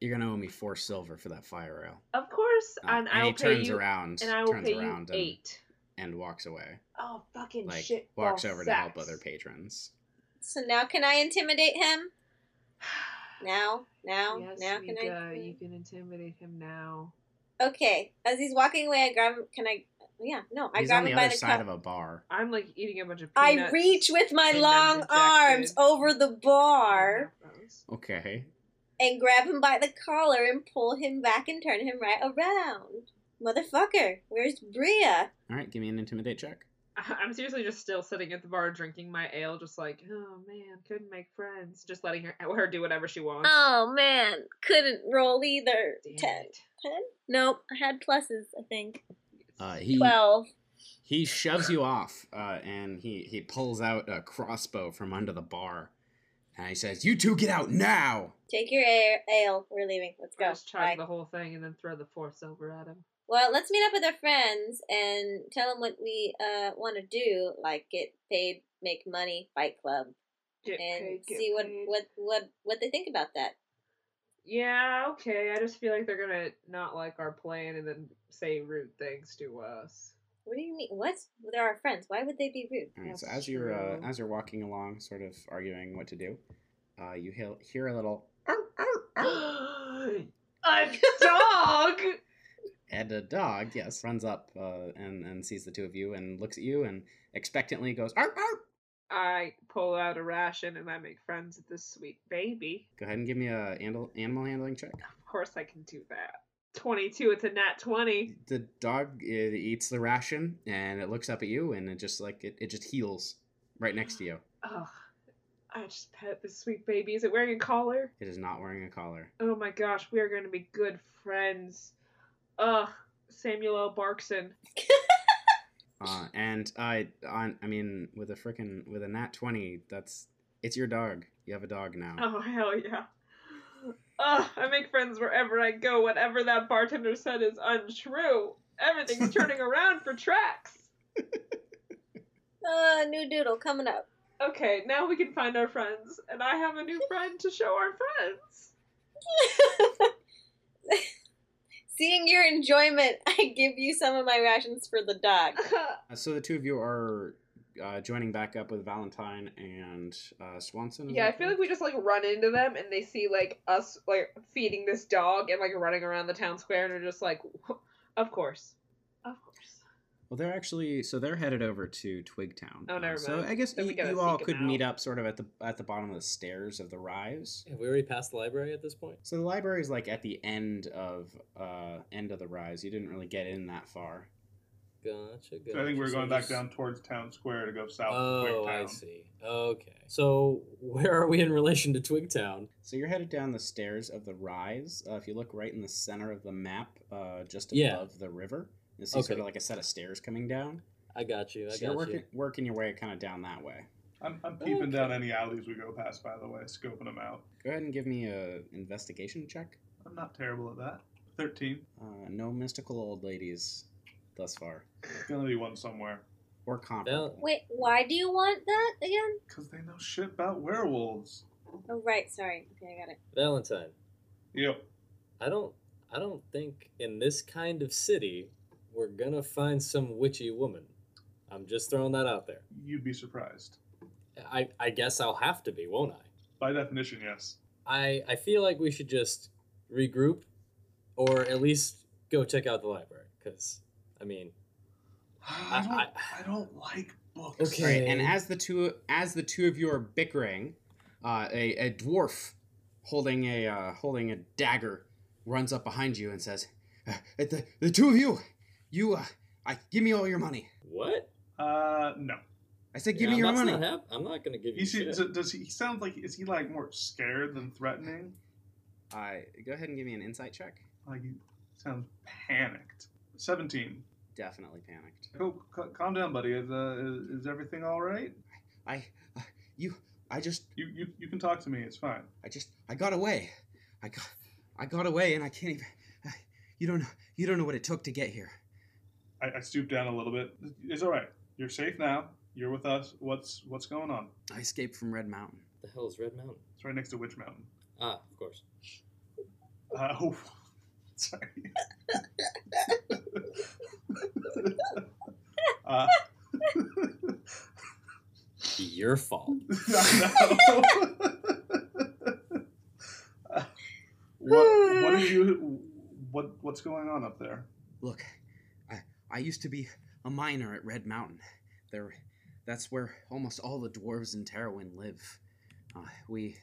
Speaker 2: You're gonna owe me four silver for that fire ale.
Speaker 7: of course
Speaker 2: Uh,
Speaker 7: and i'll
Speaker 2: he
Speaker 7: pay
Speaker 2: turns
Speaker 7: you
Speaker 2: around
Speaker 7: and i will
Speaker 2: turns
Speaker 7: pay you
Speaker 2: around and,
Speaker 7: eight
Speaker 2: and walks away.
Speaker 7: oh fucking
Speaker 2: Like
Speaker 7: shit Oh,
Speaker 2: walks
Speaker 7: ball
Speaker 2: over to help
Speaker 7: sacks.
Speaker 2: other patrons.
Speaker 5: So now can I intimidate him? Now, now,
Speaker 7: yes
Speaker 5: now can
Speaker 7: Mika,
Speaker 5: I?
Speaker 7: you can intimidate him now
Speaker 5: Okay, as he's walking away, I grab him. Can I? Yeah, no, I
Speaker 2: He's
Speaker 5: grab
Speaker 2: on the
Speaker 5: him by
Speaker 2: other
Speaker 5: the
Speaker 2: side
Speaker 5: cuff.
Speaker 2: of a bar.
Speaker 7: i'm like eating a bunch of
Speaker 5: I
Speaker 7: peanuts.
Speaker 5: reach with my
Speaker 7: and I'm
Speaker 5: long arms
Speaker 7: dejected.
Speaker 5: over the
Speaker 7: I don't
Speaker 5: bar
Speaker 7: have those.
Speaker 2: Okay.
Speaker 7: Mm-hmm.
Speaker 5: and grab him by the collar and pull him back and turn him right around. Motherfucker, where's Bria?
Speaker 2: All right. Give me an intimidate check.
Speaker 7: I- I'm seriously just still sitting at the bar drinking my ale, just like, oh man, couldn't make friends. Just letting her her do whatever she wants.
Speaker 5: Oh man, couldn't roll either.
Speaker 7: Damn
Speaker 5: Ten.
Speaker 7: it.
Speaker 5: Ten? Nope, I had pluses, I think.
Speaker 2: Uh, he
Speaker 5: Twelve.
Speaker 2: He shoves you off, uh, and he he pulls out a crossbow from under the bar, and he says, "You two get out now!"
Speaker 5: Take your air, ale. We're leaving. Let's
Speaker 7: Or
Speaker 5: go.
Speaker 7: Just
Speaker 5: Bye.
Speaker 7: charge the whole thing and then throw the force over at him.
Speaker 5: Well, let's meet up with our friends and tell them what we uh, want to do, like get paid, make money, fight club,
Speaker 7: Get
Speaker 5: and
Speaker 7: paid, get
Speaker 5: see what,
Speaker 7: paid.
Speaker 5: what what what they think about that.
Speaker 7: Yeah, okay. I just feel like they're gonna not like our plan and then say rude things to us.
Speaker 5: What do you mean? What? They're our friends. Why would they be rude?
Speaker 2: All right. So
Speaker 7: That's
Speaker 2: as you're uh,
Speaker 7: true.
Speaker 2: as you're walking along, sort of arguing what to do, uh, you hear, hear a little
Speaker 7: a dog.
Speaker 2: and a dog. Yes, runs up uh, and and sees the two of you and looks at you and expectantly goes, "Arp, arp."
Speaker 7: I pull out a ration and I make friends with this sweet baby.
Speaker 2: Go ahead and give me a animal animal handling check.
Speaker 7: Of course, I can do that. Twenty-two. It's a nat twenty.
Speaker 2: The dog eh, it eats the ration and it looks up at you and it just like it, it just heals right next to you.
Speaker 7: Oh, I just pet this sweet baby. Is it wearing a collar?
Speaker 2: It is not wearing a collar.
Speaker 7: Oh my gosh, we are going to be good friends. Ugh, Samuel L. Barkson.
Speaker 2: Uh, and I, on, I mean, with a frickin' with a nat twenty, that's it's your dog. You have a dog now.
Speaker 7: Oh hell yeah. Ugh, I make friends wherever I go. Whatever that bartender said is untrue. Everything's turning around for tracks.
Speaker 5: Uh, new doodle coming up.
Speaker 7: Okay, now we can find our friends, and I have a new friend to show our friends.
Speaker 5: Seeing your enjoyment, I give you some of my rations for the dog.
Speaker 2: Uh, So the two of you are uh, joining back up with Valentine and uh, Swanson. is
Speaker 7: yeah, I
Speaker 2: that
Speaker 7: feel like
Speaker 2: correct?
Speaker 7: we just like run into them, and they see like us like feeding this dog and like running around the town square, and are just like, of course, of course.
Speaker 2: Well, they're actually so they're headed over to Twigtown.
Speaker 7: Oh,
Speaker 2: Uh,
Speaker 7: never
Speaker 2: So
Speaker 7: mind.
Speaker 2: I guess
Speaker 7: Then we
Speaker 2: you,
Speaker 7: gotta
Speaker 2: you all
Speaker 7: sneak 'em
Speaker 2: could meet
Speaker 7: out.
Speaker 2: up sort of at the at the bottom of the stairs of the rise.
Speaker 8: Have we already passed the library at this point?
Speaker 2: So the library is like at the end of uh end of the rise. You didn't really get in that far.
Speaker 8: Gotcha. gotcha.
Speaker 6: So I think we're
Speaker 8: So
Speaker 6: going back
Speaker 8: just-
Speaker 6: down towards town square to go south. to
Speaker 8: Oh,
Speaker 6: Quaker
Speaker 8: I
Speaker 6: Town.
Speaker 8: see. Okay. So where are we in relation to Twigtown?
Speaker 2: So you're headed down the stairs of the rise. Uh, if you look right in the center of the map, uh, just above
Speaker 8: Yeah.
Speaker 2: the river, you see sort
Speaker 8: Okay.
Speaker 2: of like a set of stairs coming down.
Speaker 8: I got you. I
Speaker 2: So
Speaker 8: got
Speaker 2: you're working
Speaker 8: you.
Speaker 2: working your way kind of down that way.
Speaker 6: I'm, I'm peeping down
Speaker 8: Okay.
Speaker 6: any alleys we go past, by the way, scoping them out.
Speaker 2: Go ahead and give me a investigation check.
Speaker 6: I'm not terrible at that. 13.
Speaker 2: Uh, no mystical old ladies thus far,
Speaker 6: There's gonna be one somewhere.
Speaker 2: or comparable.
Speaker 5: Wait, why do you want that again?
Speaker 6: Because they know shit about werewolves.
Speaker 5: Oh, right. Sorry. Okay, I got it.
Speaker 8: Valentine.
Speaker 6: Yep.
Speaker 8: I don't. I don't think in this kind of city we're gonna find some witchy woman. I'm just throwing that out there.
Speaker 6: You'd be surprised.
Speaker 8: I, I guess I'll have to be, won't I?
Speaker 6: By definition, yes.
Speaker 8: I I feel like we should just regroup, or at least go check out the library. Because I mean,
Speaker 6: I don't, I,
Speaker 8: I-
Speaker 6: don't like books.
Speaker 2: All
Speaker 8: Okay.
Speaker 2: right, and as the two as the two of you are bickering, uh, a, a dwarf holding a uh, holding a dagger runs up behind you and says, uh, the, "The two of you, you, uh, I give me all your money."
Speaker 8: what?
Speaker 6: Uh, no.
Speaker 2: I said, "Give
Speaker 8: Yeah,
Speaker 2: me your
Speaker 8: I'm not-
Speaker 2: money."
Speaker 8: Not hap- I'm not gonna give you.
Speaker 6: He seems,
Speaker 8: shit.
Speaker 6: does he, he sounds like, is he like more scared than threatening?
Speaker 2: I go ahead and give me an insight check.
Speaker 6: Like, he sounds panicked. 17.
Speaker 2: Definitely panicked.
Speaker 6: Go, c- calm down, buddy. Is, uh, is, is everything all right?
Speaker 2: I, uh, you, I just
Speaker 6: You, you, you can talk to me. It's fine.
Speaker 2: I just I got away. I got I got away and I can't even I- you don't know you don't know what it took to get here.
Speaker 6: I, I stooped down a little bit. It's all right. You're safe now. You're with us. What's what's going on?
Speaker 2: I escaped from Red Mountain.
Speaker 8: the hell is Red Mountain?
Speaker 6: It's right next to Witch Mountain.
Speaker 8: Ah, of course.
Speaker 6: Uh, oh, sorry. uh,
Speaker 8: Your fault.
Speaker 6: I know. Uh, what what are you? What what's going on up there?
Speaker 2: Look, I I used to be a miner at Red Mountain. There that's where almost all the dwarves in Tarawin live. Uh, we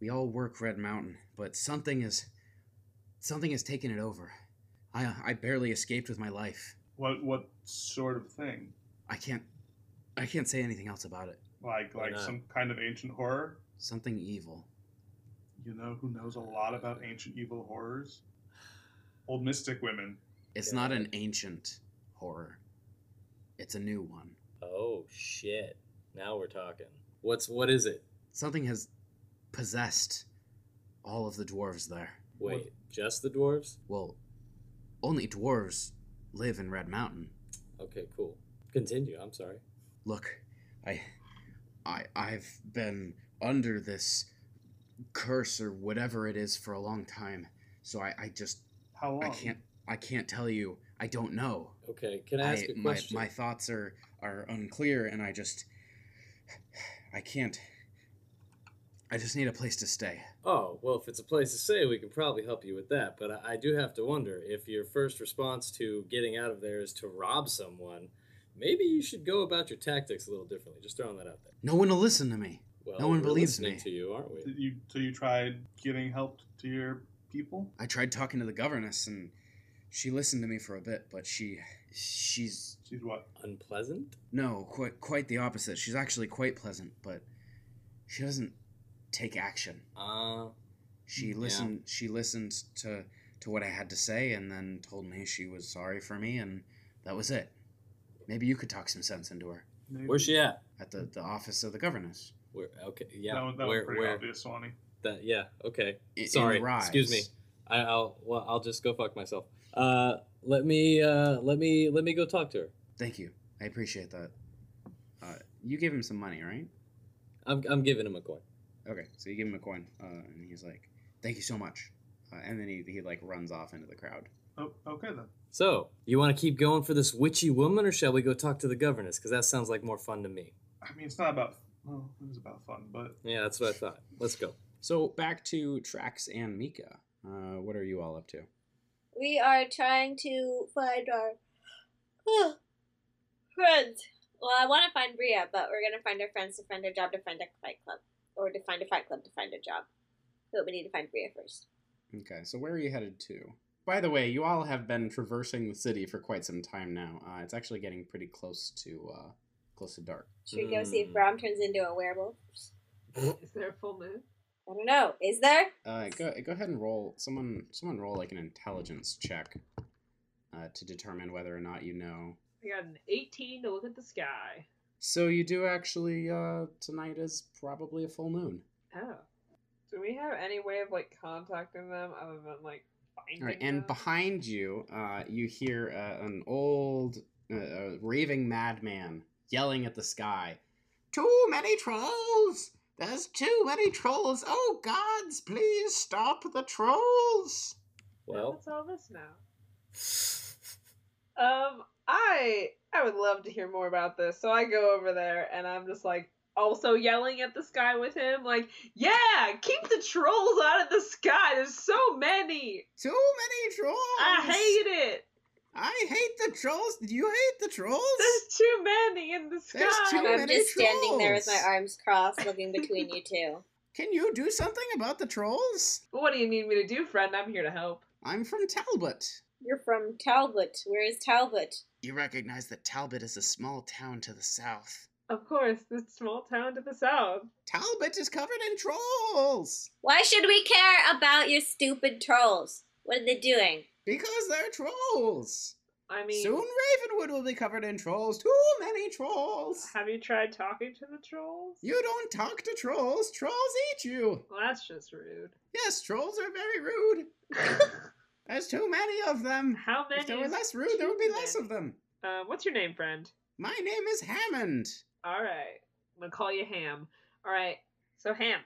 Speaker 2: we all work Red Mountain, but something is something has taken it over. I I barely escaped with my life.
Speaker 6: What what sort of thing?
Speaker 2: I can't I can't say anything else about it.
Speaker 6: Like
Speaker 8: Why
Speaker 6: like
Speaker 8: not?
Speaker 6: some kind of ancient horror?
Speaker 2: Something evil.
Speaker 6: You know who knows a lot about ancient evil horrors? Old mystic women.
Speaker 2: It's
Speaker 8: Yeah.
Speaker 2: not an ancient horror. It's a new one.
Speaker 8: Oh shit! Now we're talking. What's what is it?
Speaker 2: Something has possessed all of the dwarves there.
Speaker 8: Wait,
Speaker 6: What-
Speaker 8: just the dwarves?
Speaker 2: Well, only dwarves live in Red Mountain.
Speaker 8: Okay, cool. Continue. I'm sorry.
Speaker 2: Look, I, I, I've been under this curse or whatever it is for a long time. So I, I just,
Speaker 6: How long?
Speaker 2: I can't, I can't tell you. I don't know.
Speaker 8: Okay, can I ask a
Speaker 2: my,
Speaker 8: question?
Speaker 2: my thoughts are are unclear, and I just, I can't. I just need a place to stay.
Speaker 8: Oh, well, if it's a place to stay, we can probably help you with that. But I, I do have to wonder if your first response to getting out of there is to rob someone, maybe you should go about your tactics a little differently. Just throwing that out there.
Speaker 2: No one will listen to me.
Speaker 8: Well,
Speaker 2: No one
Speaker 8: we're
Speaker 2: believes
Speaker 8: listening
Speaker 2: me.
Speaker 8: to you, aren't we?
Speaker 6: Did you, so you tried getting help to your people?
Speaker 2: I tried talking to the governess, and she listened to me for a bit, but she, she's
Speaker 6: She's what?
Speaker 8: Unpleasant?
Speaker 2: No, quite quite the opposite. She's actually quite pleasant, but she doesn't take action.
Speaker 8: Uh,
Speaker 2: She
Speaker 8: Yeah.
Speaker 2: listened she listened to to what I had to say and then told me she was sorry for me and that was it. Maybe you could talk some sense into her
Speaker 6: Maybe.
Speaker 8: where's she at?
Speaker 2: at the, the office of the governess.
Speaker 8: Where? Okay, yeah.
Speaker 6: That was, that
Speaker 8: where?
Speaker 6: was pretty
Speaker 8: where?
Speaker 6: obvious, Swanee.
Speaker 8: That? Yeah. Okay.
Speaker 2: I- in
Speaker 8: Sorry,
Speaker 2: Rise.
Speaker 8: excuse me. I, I'll. Well, I'll just go fuck myself. Uh, let me. Uh, let me. Let me go talk to her.
Speaker 2: Thank you. I appreciate that. Uh, you gave him some money, right?
Speaker 8: I'm. I'm giving him a coin.
Speaker 2: Okay, so you give him a coin, uh, and he's like, "Thank you so much," uh, and then he, he like runs off into the crowd.
Speaker 6: Oh, okay then.
Speaker 8: So, you want to keep going for this witchy woman, or shall we go talk to the governess? Because that sounds like more fun to me.
Speaker 6: I mean, it's not about. Well, it was about fun, but
Speaker 8: Yeah, that's what I thought. Let's go.
Speaker 2: So back to Trax and Mika. Uh, what are you all up to?
Speaker 5: We are trying to find our friends. Well, I want to find Bria, but we're gonna find our friends to find our job to find a fight club, or to find a fight club to find a job. But we need to find Bria first.
Speaker 2: Okay, so where are you headed to? By the way, you all have been traversing the city for quite some time now. Uh, it's actually getting pretty close to uh, close to dark.
Speaker 5: Should we go see if
Speaker 8: Mm.
Speaker 5: Brom turns into a werewolf?
Speaker 7: Is there a full moon?
Speaker 5: I don't know. Is there?
Speaker 2: Uh, go go ahead and roll someone someone roll like an intelligence check uh, to determine whether or not you know.
Speaker 7: I got an 18 to look at the sky.
Speaker 2: So you do actually. Uh, tonight is probably a full moon.
Speaker 7: Oh. Do we have any way of like contacting them other than like finding
Speaker 2: All right, and
Speaker 7: them?
Speaker 2: behind you, uh, you hear uh, an old uh, uh, raving madman yelling at the sky. Too many trolls! There's too many trolls! Oh gods, please stop the trolls!
Speaker 7: Well,
Speaker 8: Well,
Speaker 7: what's all this now? Um, I I would love to hear more about this. So I go over there and I'm just like also yelling at the sky with him, like, yeah, keep the trolls out of the sky. There's so many.
Speaker 2: Too many trolls!
Speaker 7: I hate it.
Speaker 2: I hate the trolls. You hate the trolls?
Speaker 7: There's too many in the sky.
Speaker 2: There's too
Speaker 5: I'm
Speaker 2: many
Speaker 5: just standing there with my
Speaker 2: trolls.
Speaker 5: arms crossed, looking between you two.
Speaker 2: Can you do something about the trolls?
Speaker 7: what do you need me to do, friend? I'm here to help.
Speaker 2: I'm from Talbot.
Speaker 5: You're from Talbot. Where is Talbot?
Speaker 2: You recognize that Talbot is a small town to the south.
Speaker 7: Of course, this small town to the south.
Speaker 2: Talbot is covered in trolls
Speaker 5: Why should we care about your stupid trolls? What are they doing?
Speaker 2: because they're trolls.
Speaker 7: I mean,
Speaker 2: Soon Ravenwood will be covered in trolls. Too many trolls.
Speaker 7: have you tried talking to the trolls?
Speaker 2: You don't talk to trolls. Trolls eat you.
Speaker 7: Well, that's just rude.
Speaker 2: Yes, trolls are very rude. There's too many of them.
Speaker 7: How many?
Speaker 2: If there were
Speaker 7: is-
Speaker 2: less rude, there would be less
Speaker 7: many.
Speaker 2: of them.
Speaker 7: Uh, what's your name, friend?
Speaker 2: My name is Hammond.
Speaker 7: All right. I'm gonna call you Ham. All right. So Ham,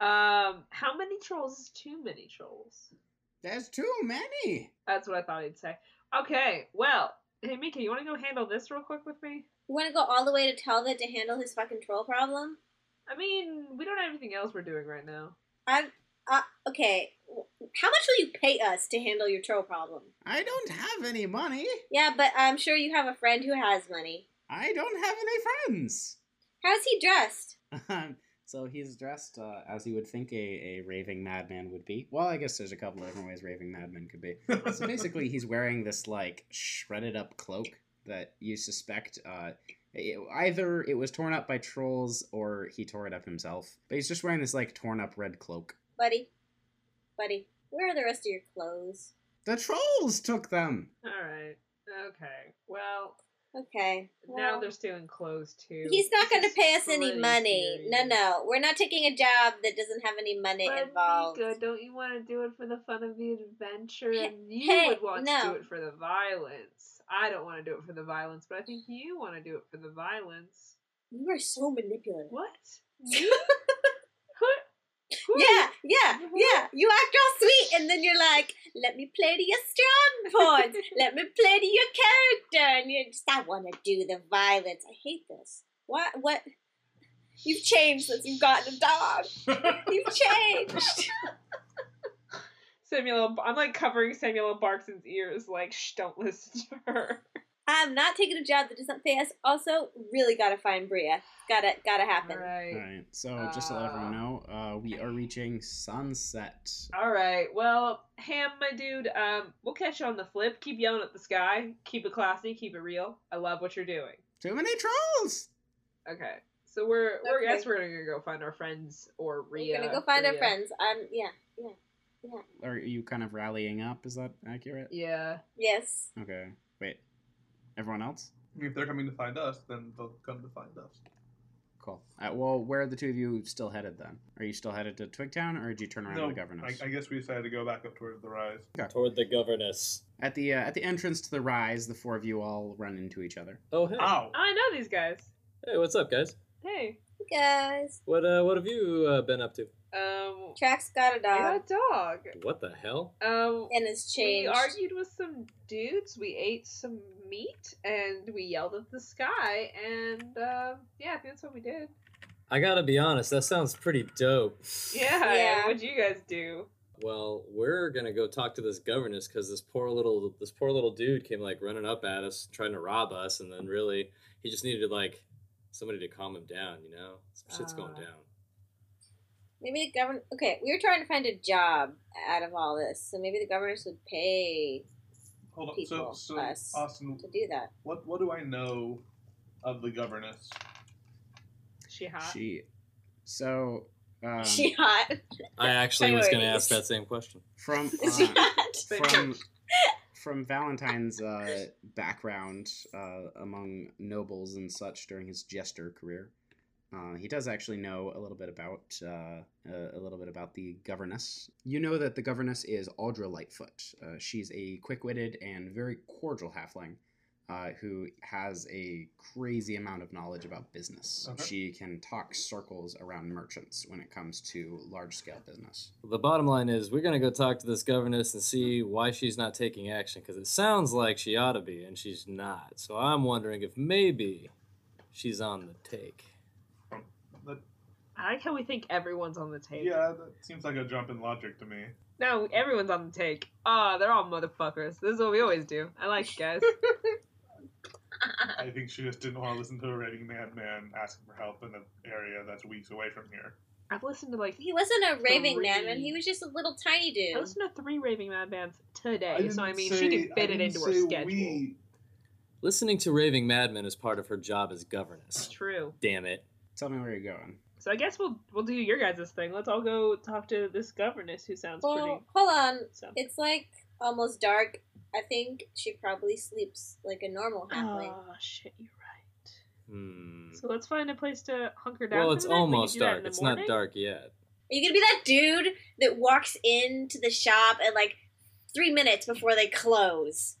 Speaker 7: um, how many trolls is too many trolls?
Speaker 2: There's too many.
Speaker 7: That's what I thought he'd say. Okay. Well, hey Mika, you want to go handle this real quick with me?
Speaker 5: You want to go all the way to Talbot to handle his fucking troll problem?
Speaker 7: I mean, we don't have anything else we're doing right now.
Speaker 5: I'm. Uh, okay. How much will you pay us to handle your troll problem?
Speaker 2: I don't have any money.
Speaker 5: Yeah, but I'm sure you have a friend who has money.
Speaker 2: I don't have any friends.
Speaker 5: How's he dressed?
Speaker 2: Um, so he's dressed uh, as you would think a, a raving madman would be. Well, I guess there's a couple of different ways raving madmen could be. So basically, he's wearing this like shredded up cloak that you suspect uh, it- either it was torn up by trolls or he tore it up himself. But he's just wearing this like torn up red cloak.
Speaker 5: Buddy? Buddy, where are the rest of your clothes?
Speaker 2: The trolls took them.
Speaker 7: All right. Okay. Well,
Speaker 5: Okay.
Speaker 7: Now
Speaker 5: well.
Speaker 7: they're still enclosed too.
Speaker 5: He's not going to
Speaker 7: This is
Speaker 5: pay us any
Speaker 7: pretty
Speaker 5: money. No,
Speaker 7: serious.
Speaker 5: no, we're not taking a job that doesn't have any money
Speaker 7: But
Speaker 5: involved.
Speaker 7: Mika, don't you want to do it for the fun of the adventure?
Speaker 5: Hey-
Speaker 7: And you
Speaker 5: hey,
Speaker 7: would want to
Speaker 5: no.
Speaker 7: do it for the violence. I don't want to do it for the violence, but I think you want to do it for the violence.
Speaker 5: You are so manipulative.
Speaker 7: What? Me? who, who are
Speaker 5: Yeah,
Speaker 7: you-
Speaker 5: yeah,
Speaker 7: Mm-hmm.
Speaker 5: yeah. You act all sweet, and then you're like, "Let me play to your strong points. Let me play to your character." And you're just, "I want to do the violence. I hate this. What? What? You've changed since you've gotten a dog. You've changed."
Speaker 7: Samuel, I'm like covering Samuel L. Barkson's ears, like, shh, don't listen to her.
Speaker 5: I'm not taking a job that doesn't pay us. Also, really gotta find Bria. Gotta, gotta happen.
Speaker 2: All
Speaker 7: Alright.
Speaker 2: right. So just to let everyone know, uh, we are reaching sunset.
Speaker 7: Alright, well, Ham, my dude, um, we'll catch you on the flip. Keep yelling at the sky. Keep it classy, keep it real. I love what you're doing.
Speaker 2: Too many trolls.
Speaker 7: Okay. So we're we're I
Speaker 5: Okay.
Speaker 7: guess we're gonna go find our friends or Rhea.
Speaker 5: We're gonna go find our
Speaker 7: Rhea.
Speaker 5: friends. Um, yeah,
Speaker 2: Are you kind of rallying up? Is that accurate?
Speaker 7: Yeah.
Speaker 5: yes.
Speaker 2: Okay. Wait. Everyone else?
Speaker 6: If they're coming to find us, then they'll come to find us.
Speaker 2: Cool. Uh, well, where are the two of you still headed then? Are you still headed to Twigtown, or did you turn around to the governors?
Speaker 6: I, I guess we decided to go back up towards the rise.
Speaker 8: Toward the governess.
Speaker 2: At the uh, at the entrance to the rise, the four of you all run into each other.
Speaker 8: Oh hey.
Speaker 6: Ow!
Speaker 7: I know these guys.
Speaker 8: Hey, what's up, guys?
Speaker 7: Hey.
Speaker 5: You guys,
Speaker 8: What uh, what have you uh, been up to?
Speaker 7: Um
Speaker 5: Trax got a
Speaker 7: I
Speaker 5: dog
Speaker 7: got a dog.
Speaker 8: What the hell?
Speaker 7: Um
Speaker 5: uh, and it's
Speaker 7: we
Speaker 5: changed.
Speaker 7: argued with some dudes, we ate some meat, and we yelled at the sky and uh, yeah, I think that's what we did.
Speaker 8: I gotta be honest, that sounds pretty dope.
Speaker 7: Yeah.
Speaker 5: Yeah.
Speaker 7: What'd you guys do?
Speaker 8: Well, we're gonna go talk to this governess because this poor little this poor little dude came like running up at us, trying to rob us, and then really he just needed like somebody to calm him down. You know, some shit's going
Speaker 7: Ah.
Speaker 8: down.
Speaker 5: Maybe the governor. Okay, we were trying to find a job out of all this, so maybe the governors would pay
Speaker 6: Hold on.
Speaker 5: people,
Speaker 6: so, so
Speaker 5: us.
Speaker 6: Austin,
Speaker 5: to do that.
Speaker 6: what what do I know of the governess?
Speaker 7: She hot.
Speaker 2: She, so um,
Speaker 5: she hot.
Speaker 8: I actually was gonna
Speaker 5: Priorities.
Speaker 8: ask that same question.
Speaker 2: from
Speaker 5: Is she
Speaker 2: uh,
Speaker 5: hot?
Speaker 2: from from Valentine's uh, background uh, among nobles and such during his jester career, uh, he does actually know a little bit about uh, uh, a little bit about the governess. You know that the governess is Audra Lightfoot. Uh, she's a quick-witted and very cordial halfling. Uh, who has a crazy amount of knowledge about business?
Speaker 6: Okay.
Speaker 2: She can talk circles around merchants when it comes to large scale business.
Speaker 8: The bottom line is we're gonna go talk to this governess and see why she's not taking action because it sounds like she ought to be and she's not. So I'm wondering if maybe she's on the take.
Speaker 7: I like how we think everyone's on the take.
Speaker 6: Yeah, that seems like a jump in logic to me.
Speaker 7: No, everyone's on the take. Ah, they're all motherfuckers. This is what we always do. I like you guys.
Speaker 6: I think she just didn't want to listen to a raving madman asking for help in an area that's weeks away from here.
Speaker 7: I've listened to like
Speaker 5: He wasn't a raving
Speaker 7: Three.
Speaker 5: madman. He was just a little tiny
Speaker 7: I
Speaker 5: dude.
Speaker 7: listened to three raving madmans today,
Speaker 6: didn't
Speaker 7: so I mean,
Speaker 6: say-
Speaker 7: she can fit
Speaker 6: I
Speaker 7: it
Speaker 6: didn't
Speaker 7: into her
Speaker 6: say
Speaker 7: schedule.
Speaker 6: we-
Speaker 8: Listening to raving madmen is part of her job as governess.
Speaker 7: True.
Speaker 8: Damn it.
Speaker 2: Tell me where you're going.
Speaker 7: So I guess we'll we'll do your guys' thing. Let's all go talk to this governess who sounds
Speaker 5: Well, hold on.
Speaker 7: pretty. So.
Speaker 5: It's like almost dark. I think she probably sleeps like a normal halfling.
Speaker 7: Oh shit, you're right.
Speaker 8: Hmm.
Speaker 7: So let's find a place to hunker down.
Speaker 8: Well,
Speaker 7: for
Speaker 8: it's
Speaker 7: the night. We can
Speaker 8: almost
Speaker 7: do that in
Speaker 8: dark.
Speaker 7: the
Speaker 8: It's not
Speaker 7: morning.
Speaker 8: dark yet.
Speaker 5: Are you gonna be that dude that walks into the shop at like three minutes before they close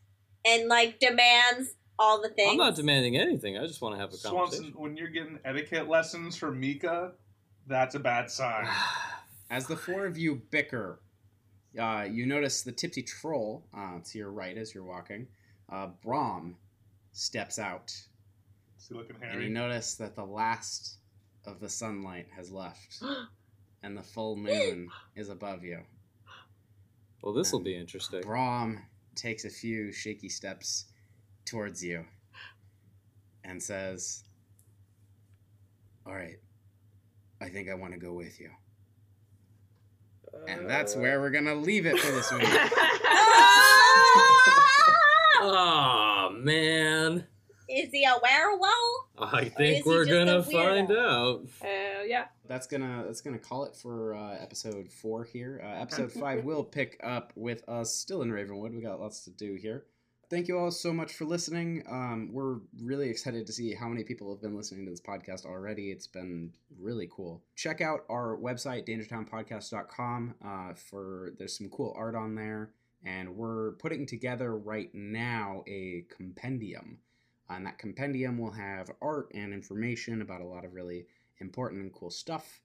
Speaker 5: and like demands all the things?
Speaker 8: I'm not demanding anything. I just want to have a
Speaker 6: Swanson,
Speaker 8: conversation.
Speaker 6: when you're getting etiquette lessons from Mika, that's a bad sign.
Speaker 2: As the four of you bicker, uh, you notice the tipsy troll uh, to your right as you're walking. Uh, Brom steps out,
Speaker 6: Is he looking
Speaker 2: and you
Speaker 6: hairy?
Speaker 2: notice that the last of the sunlight has left, and the full moon is above you.
Speaker 8: Well, this will be interesting.
Speaker 2: Brom takes a few shaky steps towards you and says, All right, I think I want to go with you. And that's where we're going to leave it for this week.
Speaker 8: Oh man,
Speaker 5: Is he a werewolf?
Speaker 8: I
Speaker 5: Is
Speaker 8: think
Speaker 5: he
Speaker 8: we're
Speaker 5: just a
Speaker 8: gonna
Speaker 5: weirdo?
Speaker 8: find out.
Speaker 7: Hell yeah.
Speaker 2: that's gonna that's gonna call it for uh, episode four here. Uh, episode five will pick up with us still in Ravenwood. We got lots to do here. Thank you all so much for listening. Um, we're really excited to see how many people have been listening to this podcast already. It's been really cool. Check out our website, dangertownpodcast.com, uh, for there's some cool art on there. And we're putting together right now a compendium. And that compendium will have art and information about a lot of really important and cool stuff.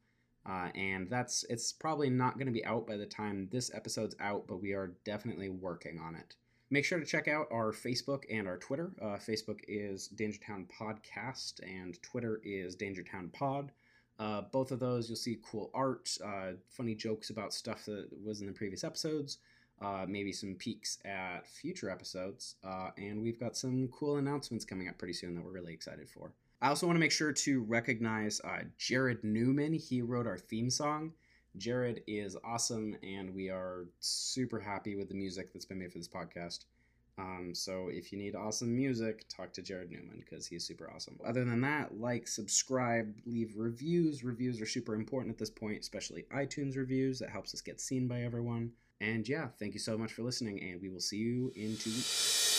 Speaker 2: Uh, and that's it's probably not going to be out by the time this episode's out, but we are definitely working on it make sure to check out our Facebook and our Twitter. Uh, Facebook is Dangertown Podcast, and Twitter is Dangertown Pod. Uh, both of those, you'll see cool art, uh, funny jokes about stuff that was in the previous episodes, uh, maybe some peeks at future episodes, uh, and we've got some cool announcements coming up pretty soon that we're really excited for. I also want to make sure to recognize uh, Jared Newman. He wrote our theme song. Jared is awesome, and we are super happy with the music that's been made for this podcast. Um, so if you need awesome music, talk to Jared Newman because he's super awesome. Other than that, like, subscribe, leave reviews. Reviews are super important at this point, especially iTunes reviews. That helps us get seen by everyone. And yeah, thank you so much for listening, and we will see you in two weeks.